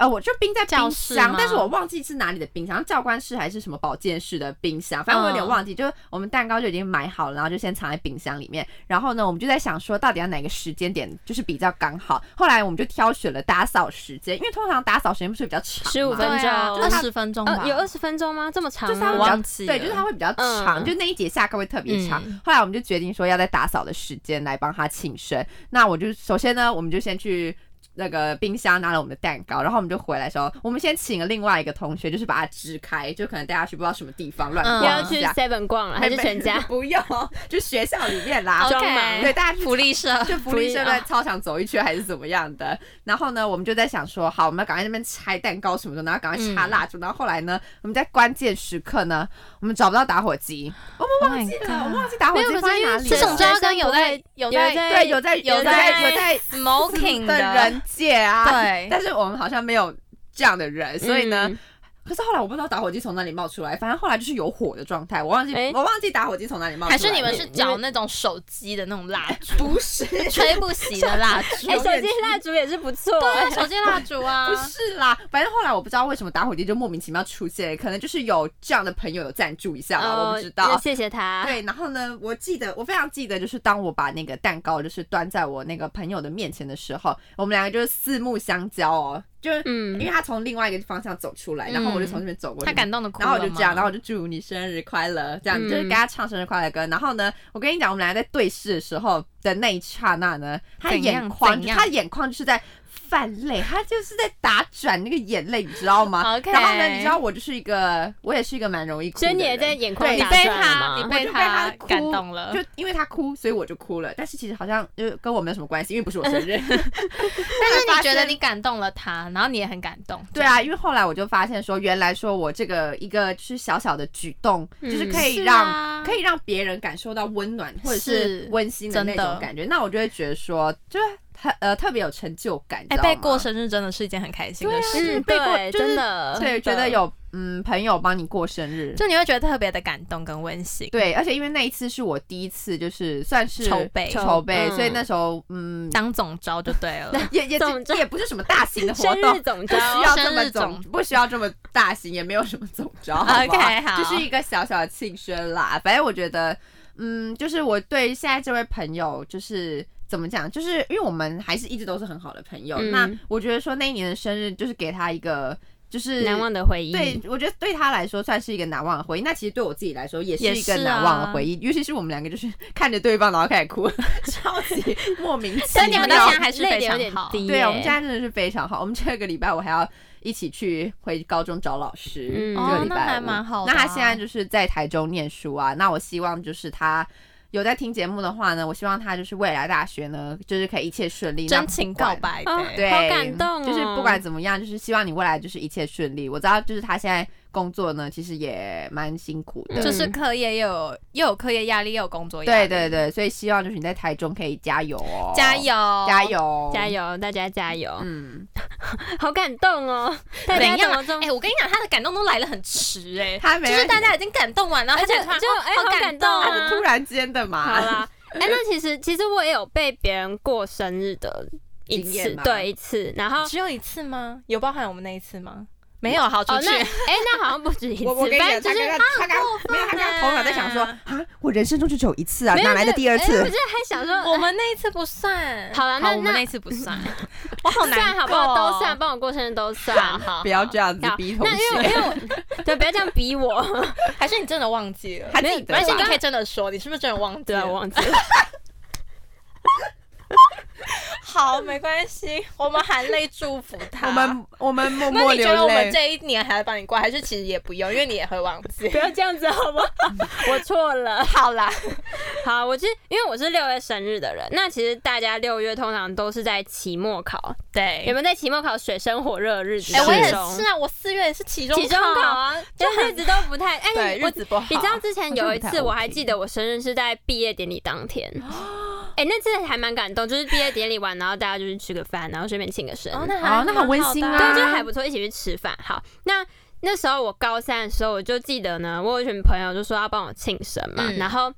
S2: 呃，我就冰在
S1: 教
S2: 冰
S1: 室
S2: 箱
S1: 吗，
S2: 但是我忘记是哪里的冰箱，教官室还是什么保健室的冰箱，反正我有点
S1: 嗯
S2: 忘记。就是我们蛋糕就已经买好了，然后就先藏在冰箱里面。然后呢，我们就在想说，到底要哪个时间点就是比较刚好。后来我们就挑选了打扫时间，因为通常打扫时间不是比较长吗，
S3: 15分
S1: 对啊，
S3: 钟
S1: 二十分钟吧
S3: 呃，有，二十分钟吗？这么长
S2: 就是
S3: 吗？
S2: 它会
S1: 我
S2: 比较
S1: 忘记
S2: 对，就是它会比较长，
S3: 嗯
S2: 就那一节下课会特别长。
S1: 嗯
S2: 后来我们就决定说要在打扫的时间来帮他庆生。那我就首先呢，我们就先去。那个冰箱拿了我们的蛋糕，然后我们就回来说，我们先请了另外一个同学，就是把它支开，就可能带他去不知道什么地方乱
S1: 嗯
S3: 又要
S2: 逛一
S3: 去
S2: 下，
S3: Seven 逛了，还是
S2: 没
S3: 全家？
S2: 不用，就学校里面啦，
S1: OK
S3: 装忙
S2: 哦对，大家去
S1: 福利社，
S2: 就福利社在操场走一圈还是怎么样的。然后呢，我们就在想说，好，我们要赶快那边拆蛋糕什么的，然后赶快插蜡烛。然后后来呢，我们在关键时刻呢，我们找不到打火机，我们忘记
S1: Oh my
S2: 了，
S1: God
S2: 我忘记打火
S3: 没
S2: 机
S3: 有
S2: 放
S3: 可是
S2: 在
S3: 因为
S2: 哪里
S1: 这种
S2: 了。
S1: 就要跟有在有在
S3: 有在
S2: 对，有在
S1: 有
S2: 在
S1: 在
S2: 有在
S1: smoking
S2: 的人界啊，
S1: 对
S2: 但是我们好像没有这样的人，所以呢。
S3: 嗯，
S2: 可是后来我不知道打火机从哪里冒出来，反正后来就是有火的状态，我忘记、
S3: 哎
S2: 我忘记打火机从哪里冒出来
S1: 还
S2: 了。
S1: 是你们是找那种手机的那种蜡烛，
S2: 不是？
S1: 吹不熄的蜡烛
S3: 哎、？
S2: 有点
S3: 手机蜡烛也是不错、
S1: 对啊，
S3: 哎
S1: 手机蜡烛啊
S2: 不。是啦，反正后来我不知道为什么打火机就莫名其妙出现，可能就是有这样的朋友有赞助一下吧，
S1: 哦
S2: 我不知道。
S3: 哦那谢谢
S1: 啊
S3: 他。
S2: 对，然后呢，我记得我非常记得，就是当我把那个蛋糕就是端在我那个朋友的面前的时候，我们两个就是四目相交哦，就是因
S3: 嗯
S2: 为，他从另外一个方向走出来，然 后我就从这边走过去，
S1: 他感动的哭了
S2: 然
S1: 吗
S2: 后我就这样，然后我就祝你生日快乐，这样、
S3: 嗯
S2: 就是给他唱生日快乐歌。然后呢，我跟你讲，我们俩在对视的时候的那一刹那呢，他
S1: 怎样
S2: 眼眶
S1: 怎样
S2: 他眼眶就是在泛泪，他就是在打转那个眼泪，你知 道吗
S1: OK
S2: 然后呢，你知道我就是一个，我也是一个蛮容易哭的
S3: 所以
S2: 人，
S3: 你也在眼眶
S2: 对
S1: 你
S3: 打
S1: 被
S3: 转了
S1: 他，
S3: 吗
S1: 你
S2: 我
S1: 被
S2: 就被他哭
S1: 感动了
S2: 就。因为他哭，所以我就哭了。但是其实好像就跟我没有什么关系，因为不是我生 日。但
S1: 但
S2: 是
S1: 是你觉得你感动了他，然后你也很感动。
S2: 对啊，因为后来我就发现说，原来说我这个一个就是小小的举动，
S3: 嗯
S2: 就是可以
S1: 是
S2: 让、
S1: 啊
S2: 可以让别人感受到温暖或者是
S1: 是
S2: 温馨的那
S1: 真
S2: 种
S1: 的
S2: 感觉，那我就会觉得说，就是很呃特别有成就感。你
S1: 哎，
S2: 知道
S1: 被
S2: 吗啊
S1: 过生日真的是一件很开心的事，
S3: 嗯，
S2: 被过
S3: 对，
S2: 就是
S3: 真的，
S2: 对，觉
S3: 真的
S2: 得有嗯朋友帮你过生日。
S1: 就你会觉得特别的感动跟温馨。
S2: 对，而且因为那一次是我第一次，就是算是
S1: 筹备
S2: 筹备，
S3: 嗯
S2: 所以那时候嗯，
S1: 当总招就对 了。
S2: 也也
S3: 总之
S2: 也不是什么大型的活
S3: 生
S2: 动
S3: 日，总
S2: 不
S3: 招，
S2: 需要这
S1: 哦生
S2: 么
S1: 日总，
S2: 总不需要这么大型，也没有什么总招。好 不
S1: OK，好
S2: 就是一个小小的庆生啦。反正我觉得，嗯，就是我对现在这位朋友，就是怎么讲，就是因为我们还是一直都是很好的朋友。
S3: 嗯
S2: 那我觉得说那一年的生日，就是给他一个，就是
S3: 难忘的回忆。
S2: 对，我觉得对他来说算是一个难忘的回忆。那其实对我自己来说也是
S1: 也
S2: 一个
S1: 是
S2: 难
S1: 啊
S2: 忘的回忆，尤其是我们两个就是看着对方然后开始哭， 超级莫名其妙。
S1: 但你们到现在还是
S3: 泪
S1: 非
S3: 点有
S1: 常
S3: 点
S1: 好。
S3: 低耶，
S2: 对，我们现在真的是非常好。我们这个礼拜我还要一起去回高中找老师，
S3: 嗯
S2: 这个
S1: 哦
S2: 礼
S1: 那
S2: 拜
S1: 还
S2: 五
S1: 蛮好
S2: 那
S1: 的
S2: 他
S1: 啊
S2: 现在就是在台中念书啊，那我希望就是他。有在听节目的话呢，我希望他就是未来大学呢，就是可以一切顺利，那
S1: 真
S2: 不
S1: 情
S2: 管
S1: 告白
S3: 哦
S1: 对。
S2: 对，
S3: 好感动哦
S2: 就是不管怎么样，就是希望你未来就是一切顺利。我知道，就是他现在工作呢，其实也蛮辛苦的。
S1: 嗯就是课业又有又有课业压力，又有工作压
S2: 对
S1: 力。
S2: 对对，所以希望就是你在台中可以加油哦，
S1: 加油
S2: 加！油
S3: 加！油，大家加油，
S2: 嗯，
S3: 好感 动哦！大
S1: 怎
S3: 家
S1: 样
S3: 怎
S1: 啊
S3: 么？这么
S1: 哎、我跟你讲，他的感动都来的很迟哎、
S2: 他没
S1: 就是大家已经感动完了，
S3: 而
S1: 他
S3: 且
S1: 才突然
S3: 就
S1: 哦
S3: 哎
S1: 好
S3: 好感
S1: 感
S3: 动
S1: 动
S3: 啊
S2: 他是突然间的嘛。
S3: 好啦，哎、那其实其实我也有被别人过生日的一
S2: 经验
S3: 次
S2: 吗，
S3: 对一次，然后
S1: 只有一次吗？有包含我们那一次吗？啊没有，好出
S3: 哦
S1: 去。
S3: 那哎、那好像不止一次，
S2: 我我跟你
S3: 反
S2: 讲，
S3: 正
S2: 他
S3: 就
S2: 刚刚
S3: 是
S2: 他刚没有，他刚刚头脑在想说
S1: 啊
S2: 啊，我人生中就只有一次啊，
S3: 没有
S2: 哪来的第二
S3: 哎我
S2: 次
S3: 就？还想 说。哎
S1: 我们那一次不算。
S3: 好了那
S1: 我们
S3: 那
S1: 那一次不算，我好难
S3: 算
S1: 过哦
S3: 好不好？都算，。帮我过生日 都算。
S1: 好好，
S2: 不要这样子
S3: 好
S2: 逼同
S3: 那因为
S2: 学，
S3: 因为我对，不要这样逼我。
S1: 还是你啊真的忘记了？
S2: 他记得
S1: 而且
S2: 啦
S1: 你可以真的说，你是不是真的忘记
S3: 对啊，
S1: 了？
S3: 我忘记了。
S1: 好，没关系，我们含泪祝福 他。
S2: 我们我们默
S1: 那
S2: 默
S1: 你觉得
S2: 流
S1: 我们
S2: 泪。
S1: 这一年还要帮你过，还是其实也不用，因为你也会忘记
S3: 不。要这样子好吗？我错了。
S1: 好啦，
S3: 好，我其实因为我是六月生日的人，那其实大家六月通常都是在期末考，
S1: 对
S3: 有没有在期末考水深火热的日子
S1: 哎、
S3: 当中？
S1: 我也是啊，我四月也是期中
S3: 期中考
S1: 考，
S3: 啊，就日子都不太哎
S2: 对，，
S3: 我
S2: 日子不好。
S3: 你知道之前有一
S2: 好像不太
S3: 次，我还
S2: OK
S3: 记得我生日是在毕业典礼当 天。哎、那次还蛮感动，就是毕业典礼完，然后大家就是吃个饭，然后顺便庆个生，
S1: 哦，
S3: 日，
S1: 那
S2: 好
S1: 还
S2: 那很温馨啊
S1: 蛮好
S3: 对，
S1: 的
S3: 就还不错，一起去吃饭。好，那那时候我高三的时候，我就记得呢，我有一群朋友就说要帮我庆生嘛，
S1: 嗯
S3: 然后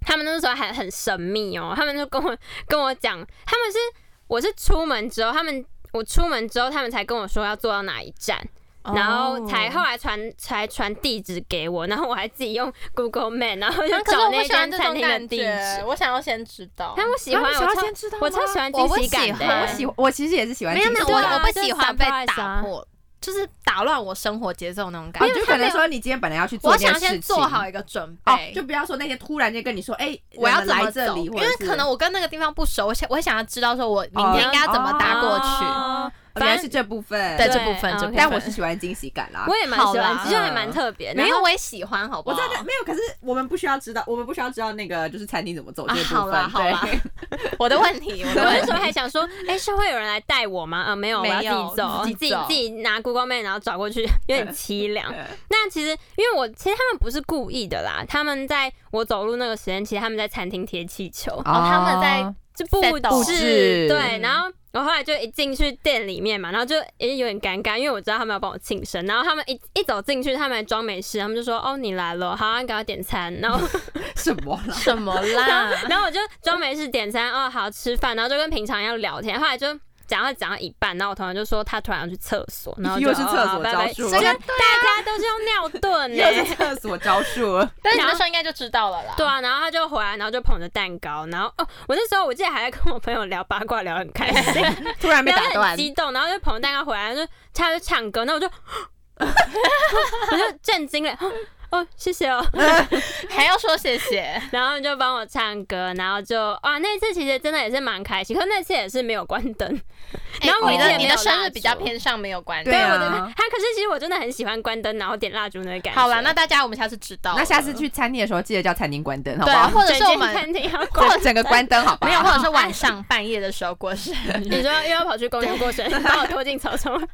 S3: 他们那时候还很神秘哦，他们就跟我 跟我讲，他们是我是出门之后，他们我出门之后，他们才跟我说要坐到哪一站。
S1: 哦
S3: 然后才后。来传才传地址给我，然后我还自己用 Google Map，然后就
S1: 啊可是
S3: 找
S1: 我
S3: 那
S1: 不喜欢
S3: 间
S1: 这
S3: 餐
S1: 种
S3: 厅的
S1: 感
S3: 地
S1: 觉，
S3: 址。
S1: 我想要先知道。
S3: 但我喜欢，
S2: 啊你想
S3: 我
S2: 要
S3: 超
S2: 先知道
S3: 我超
S2: 吗
S3: 喜欢
S1: 我
S3: 惊
S1: 不
S3: 喜感
S1: 喜
S3: 的、
S1: 欢
S2: 我喜，我其实也是喜欢
S1: 没
S2: 惊
S1: 有
S2: 喜
S1: 没有，
S2: 的。
S1: 我
S3: 对啊
S1: 我不
S3: 就是
S1: 喜欢被
S3: surprise 啊
S1: 打破，就是打乱我生活节奏那种感
S2: 哦
S1: 觉。
S2: 就可能说你今天本来要去做
S1: 我
S2: 一件
S1: 想
S2: 事情，
S1: 先做好一个准
S2: 哦，
S1: 备，
S2: 就不要说那些突然间跟你说，哎，
S1: 我要
S2: 们
S1: 怎么
S2: 来
S1: 走
S2: 这里，
S1: 因
S2: 或
S1: 为
S2: 者是
S1: 可能我跟那个地方不熟，我想我想要知道说我明
S2: 哦
S1: 天应该要怎么搭过去。
S3: 哦
S2: 原来是这部分。
S1: 对
S3: 对
S1: 这部分，这部分
S3: OK
S2: 但我是喜欢惊喜感啦
S3: 我。也蛮喜
S1: 啊好
S3: 欢，
S1: 啦
S3: 其实还蛮特别。
S1: 没
S3: 然
S1: 有，
S3: 后
S1: 我也喜欢，好不
S2: 我
S1: 好
S2: 知道？没有，可是我们不需要知道，我们不需要知道那个就是餐厅怎么走这
S1: 啊
S2: 部分。
S1: 好啦好啦
S2: 对，
S1: 我的问题，我的
S3: 我那
S1: 问
S3: 时
S1: 题
S3: 候。还想说，哎、是会有人来带我吗？呃，没有，我
S1: 没
S3: 要自
S1: 有
S3: 己走，
S1: 自己
S3: 自己
S1: 走
S3: 自己拿 Google Map 然后找过去，有点 凄凉。那其实因为我其实他们不是故意的啦，他们在我走路那个时间，其实他们在餐厅贴气球。
S1: 哦他们在
S3: 就布
S1: Set 布
S2: 置
S3: 置，对，然后我后来就一进去店里面嘛，然后就也有点尴尬，因为我知道他们要帮我庆生，然后他们一一走进去，他们还装没事，他们就说哦你来了，好，你赶快点餐，然后
S2: 什么啦？
S1: 什么
S3: 然
S1: 啦
S2: 啊
S3: 后？然后我就装没事点餐，哦好吃饭，然后就跟平常一样聊天，后来就。讲到讲到一半，然后我同学就说他突然要去厕所，然后就
S2: 又是厕
S3: 哦
S2: 所
S3: 好拜
S2: 招
S3: 拜
S2: 数，啊
S1: 这个
S3: 大家都是用尿遁呢、
S2: 又是厕所招 数了。
S1: 但是你
S3: 然
S1: 那
S3: 后
S1: 时候应该就知道了啦。
S3: 对啊，然后他就回来，然后就捧着蛋糕，然后哦，我那时候我记得还在跟我朋友聊八卦，聊得很开心，
S2: 突然被打
S3: 然后就很
S2: 断，
S3: 激动，然后就捧着蛋糕回来，就他就唱歌，那我就 我就震惊了。哦，谢谢哦，
S1: 还要说谢谢。
S3: 然后就帮我唱歌，然后就啊，那次其实真的也是蛮开心，可那次也是没有关灯，然后我
S1: 哎你
S3: 记
S1: 的
S3: 得
S1: 你
S3: 没
S1: 的
S3: 有
S1: 生
S3: 蜡
S1: 日比较
S3: 烛
S1: 偏上没有关
S2: 对啊
S3: 我的他可是其实我真的很喜欢关灯，然后点蜡烛那个感觉。
S1: 好啦，那大家我们下次知道。
S2: 那下次去餐厅的时候记得叫餐厅关灯，好不
S1: 对啊，
S2: 好？
S1: 或者是我
S3: 整间
S1: 们
S3: 餐厅要关
S2: 或整个关灯，好不好？
S1: 没有，或者是 晚上半夜的时候过生日，
S3: 你说又要跑去公园过生日，把我拖进草丛里。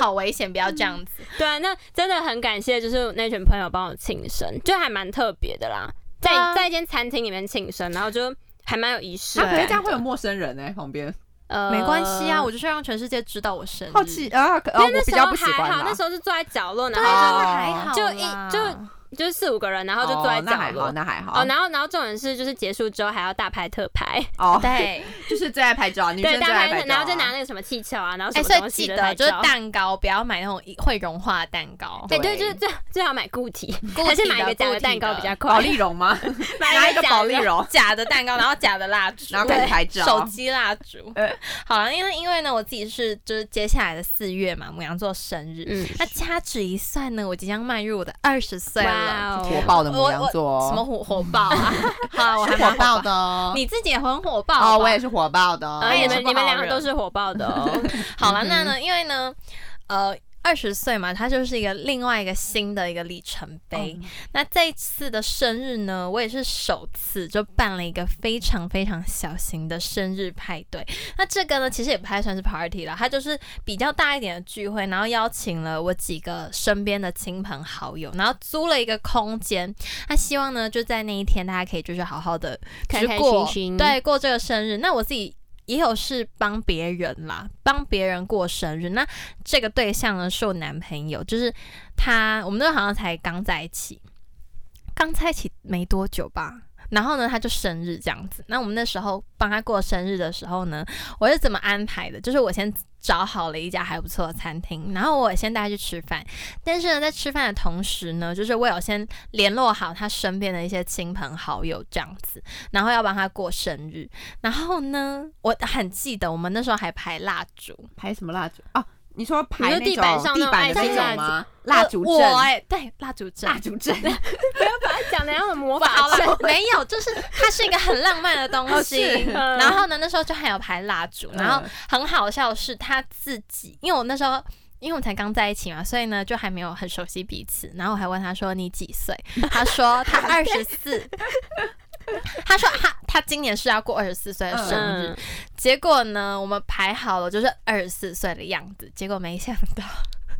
S1: 好危险，不要这样子。
S3: 对啊，那真的很感谢，就是那群朋友帮我庆生，就还蛮特别的啦，在、
S1: 对啊
S3: 在一间餐厅里面庆生，然后就还蛮有仪式
S2: 啊，可是
S3: 感
S2: 这。样会有陌生人哎，旁边
S3: 呃
S1: 没关系啊，。我就是要让全世界知道我生日。
S2: 好奇啊，可哦，
S3: 但
S2: 我
S3: 那
S2: 比
S3: 时
S2: 较
S3: 候
S2: 不习
S3: 还
S2: 惯
S3: 好，
S2: 啦
S3: 那时候是坐在角落，然
S1: 对，啊
S3: 后
S1: 真
S3: 就、
S1: 的还好啦，
S3: 就一就就是四五个人，然后就坐在
S2: 哦那
S3: 角
S2: 还
S3: 落。
S2: 好，那还好
S3: 哦，，然后然后重点是，就是结束之后还要大拍特拍，
S2: 哦，
S1: 对，
S2: 就是最爱拍照，女生
S3: 对，
S2: 最
S3: 大
S2: 爱
S3: 拍
S2: 拍
S3: 特，
S2: 照，
S3: 然后就拿那个什么气球啊，然后什
S1: 哎，
S3: 么
S1: 所以
S3: 东
S1: 记
S3: 西的
S1: 得
S3: 拍
S1: 就是
S3: 照。
S1: 蛋糕，不要买那种会融化的蛋糕，
S3: 对哎对，
S2: 对
S3: 就是最最好买固体，
S1: 固
S3: 还是
S1: 体
S3: 买一
S1: 的
S3: 个假
S1: 固
S3: 的
S1: 体
S3: 蛋糕
S1: 的
S3: 比较快
S2: 保。丽龙吗？
S3: 买
S2: 拿一个
S3: 假
S2: 保
S3: 的
S2: 丽 龙，
S1: 假的蛋糕，然后假的蜡烛，
S2: 然后开始拍照
S1: 手机蜡烛
S2: 呃。
S1: 好了，因为因为呢，我自己是就是接下来的四月嘛，母羊座生日，
S3: 嗯，
S1: 那掐指一算呢，我即将迈入我的二十岁了。啊
S3: 哇哦
S2: 火爆的
S1: 我
S2: 母羊座
S1: 什么
S2: 哦，
S1: 火火爆啊？好啊，我还
S2: 是
S1: 蛮
S2: 火爆的哦，
S1: 你自己也很火爆好不好
S2: 哦，我也是火爆的哦，
S1: 哎
S3: 你
S1: 也是
S3: 们
S1: 不
S3: 你们
S1: 好
S3: 两个都
S1: 惹
S3: 是火爆 的哦。
S1: 好了。那
S2: 嗯
S1: 呢，因为呢，呃。二十岁嘛，它就是一个另外一个新的一个里程
S2: 哦
S1: 碑。那这一次的生日呢，我也是首次就办了一个非常非常小型的生日派对。那这个呢，其实也不太算是 party 啦，它就是比较大一点的聚会，然后邀请了我几个身边的亲朋好友，然后租了一个空间。那希望呢，就在那一天，大家可以就是好好的
S3: 开开
S1: 过
S3: 心心
S1: 对，过这个生日。那我自己。也有是帮别人啦，帮别人过生日。那这个对象呢是我男朋友，就是他，我们那好像才刚在一起，刚在一起没多久吧。然后呢，他就生日这样子。那我们那时候帮他过生日的时候呢，我是怎么安排的？就是我先找好了一家还不错的餐厅，然后我先带他去吃饭。但是呢，在吃饭的同时呢，就是我有先联络好他身边的一些亲朋好友这样子，然后要帮他过生日。然后呢，我很记得我们那时候还排蜡烛，
S2: 拍什么蜡烛哦，你说
S3: 你
S2: 拍
S3: 说
S2: 那
S3: 地
S2: 种
S3: 板上
S2: 地
S3: 那种
S2: 板的那
S3: 爱心
S2: 种
S3: 蜡
S2: 吗？蜡烛
S1: 我
S2: 阵，
S1: 哎、对，蜡烛阵，
S2: 蜡烛阵，
S3: 讲的像魔
S1: 好
S3: 法阵
S1: 了， 没有，就是它是一个很浪漫的东
S2: 哦
S1: 西。
S2: 是
S3: 嗯
S1: 然后呢，那时候就还有排蜡烛，然后很好笑的是他自己，因为我那时候。因为我们才刚在一起嘛，所以呢就还没有很熟悉彼此。然后我还问他说你几岁？他说他二十四。他说他他今年是要过二十四岁的生日。
S3: 嗯，
S1: 结果呢，我们排好了就是二十四岁的样子，结果没想到，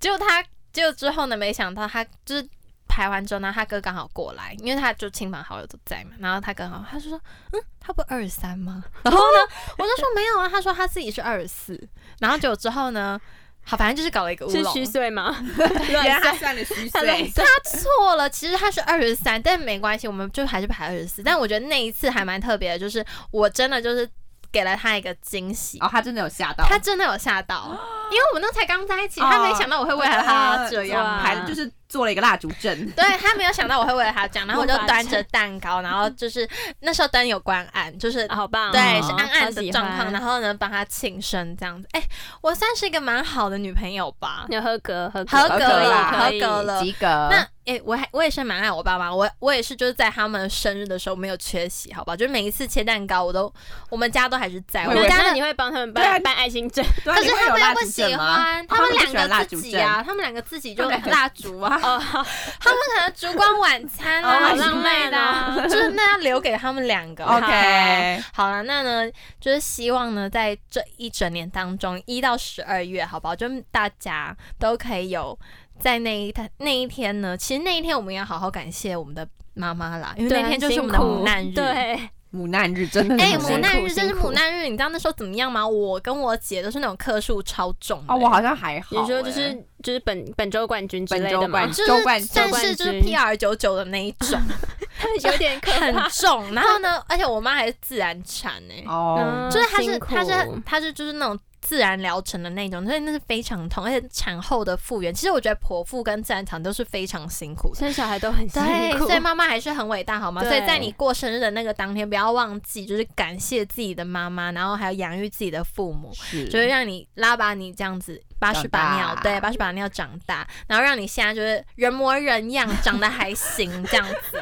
S1: 结果他结果之后呢，没想到他就是排完之后呢，他哥刚好过来，因为他就亲朋好友都在嘛，然后他刚好他就说，嗯，他不二十三吗？ 然后呢，我就说没有啊，他说他自己是二十四，然后结果之后呢，好，反正就是搞了一个乌
S3: 是
S1: 龙，
S3: 虚岁吗？
S2: 嗯 原来他
S3: 乱算
S2: 算了虚
S3: 他乱
S2: 岁，
S3: 算
S1: 错了，其实他是二十三，但没关系，我们就还是排二十四。但我觉得那一次还蛮特别的，就是我真的就是给了他一个惊喜，
S2: 哦，他真的有吓到，
S1: 他真的有吓 到，因为我们那才刚在一起，
S2: 哦
S1: 他没想到我会为了他这
S3: 哇
S1: 样。
S2: 排了就是做了一个蜡烛阵，
S1: 对他没有想到我会为了他这样，然 后我就
S3: 魔法
S1: 端着蛋糕，然后就是那时候灯有关暗，就是
S3: 啊好棒哦，
S1: 对是暗
S3: 好
S1: 暗的
S3: 喜
S1: 状
S3: 欢
S1: 况，然后呢帮他庆生这样子。哎，我算是一个蛮好的女朋友吧，
S2: 嗯
S3: 有合格，合格，
S1: 合格
S2: 可以
S1: 了，
S3: 可
S1: 合
S3: 以
S1: 格 了。
S2: 及格。
S1: 那诶、我还我也是蛮爱我爸妈，我我也是就是在他们生日的时候没有缺席，好吧，就是每一次切蛋糕我都我们家都还是在，
S2: 我
S1: 我
S2: 以
S1: 们
S2: 为
S1: 家
S3: 那
S1: 的
S3: 你会帮他们
S2: 对啊
S3: 办办爱心证
S2: 对啊
S1: 可
S2: 你
S1: 是
S2: 会有
S1: 他们
S2: 蜡
S1: 又
S2: 烛
S1: 不喜
S2: 阵吗
S1: 欢，
S2: 哦
S1: 他们
S2: 不喜欢蜡
S1: 两个
S2: 烛
S1: 自己
S2: 阵
S1: 啊，他们两个自己就
S2: 他们两个
S1: 蜡烛啊，
S3: 哦，好
S1: 他们可能烛光晚餐
S2: 哦
S1: 啊，
S2: 好
S1: 之
S3: 浪
S1: 类
S3: 漫
S1: 的啊， 就是那要留给他们两个。
S2: OK，
S1: 好了，那呢，就是希望呢，在这一整年当中，一到十二月，好不好？就大家都可以有在那一天那一天呢，其实那一天我们也要好好感谢我们的妈妈啦，因为
S3: 对
S1: 那天
S3: 很
S1: 就是我
S3: 辛
S1: 们的
S3: 苦
S1: 母难日。
S3: 对，
S2: 母难日真的是
S1: 哎、
S2: 很
S1: 母
S2: 辛苦
S1: 难日真是
S3: 辛苦
S1: 母难日，你知道那时候怎么样吗？我跟我姐都是那种克数超重的
S2: 哦，我好像还好、
S3: 你说就
S2: 哎
S3: 是就是本本周冠军之
S2: 本
S3: 类
S2: 周
S3: 的
S2: 冠
S3: 嘛
S1: 就
S2: 军，周冠
S1: 是但
S3: 周
S1: 是
S3: 冠
S1: 就是
S3: 军
S1: P R 九九的那一种，
S3: 有点可怕
S1: 很。重。然后呢，而且我妈还是自然产哎、
S2: 哦
S3: 嗯，
S1: 就是她是
S3: 辛苦
S1: 她是她是就是那种自然疗程的那种，所以那是非常痛，而且产后的复原，其实我觉得剖腹跟自然产都是非常辛苦的。
S3: 生小孩都很辛
S1: 对，
S3: 苦，
S1: 所以妈妈还是很伟大，好吗？
S3: 对
S1: 所以在你过生日的那个当天，不要忘记，就是感谢自己的妈妈，然后还有养育自己的父母。
S2: 是
S1: 就是让你拉把你这样子八十把尿
S2: 长，大
S1: 对，八十把尿长大，然后让你现在就是人模人样，长得还行这样子。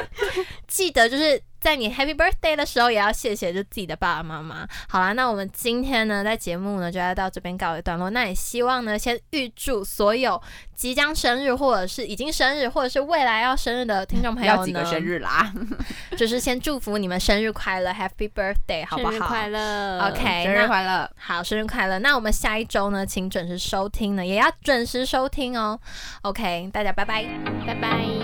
S1: 记得就是在你 Happy Birthday 的时候，也要谢谢就自己的爸爸妈妈。好啦，那我们今天呢，在节目呢就要到这边告一段落。那也希望呢，先预祝所有即将生日，或者是已经生日，或者是未来要生日的听众朋友
S2: 要几
S1: 呢
S2: 个，生日啦？
S1: 就是先祝福你们生日快乐，Happy Birthday，好不
S3: 生日
S1: 好
S3: 快乐
S1: OK，
S2: 生
S1: 那
S2: 日快乐！
S1: 好，生日快乐！那我们下一周呢，请准时收听呢，也要准时收听哦。OK，大家拜拜。
S3: 拜拜。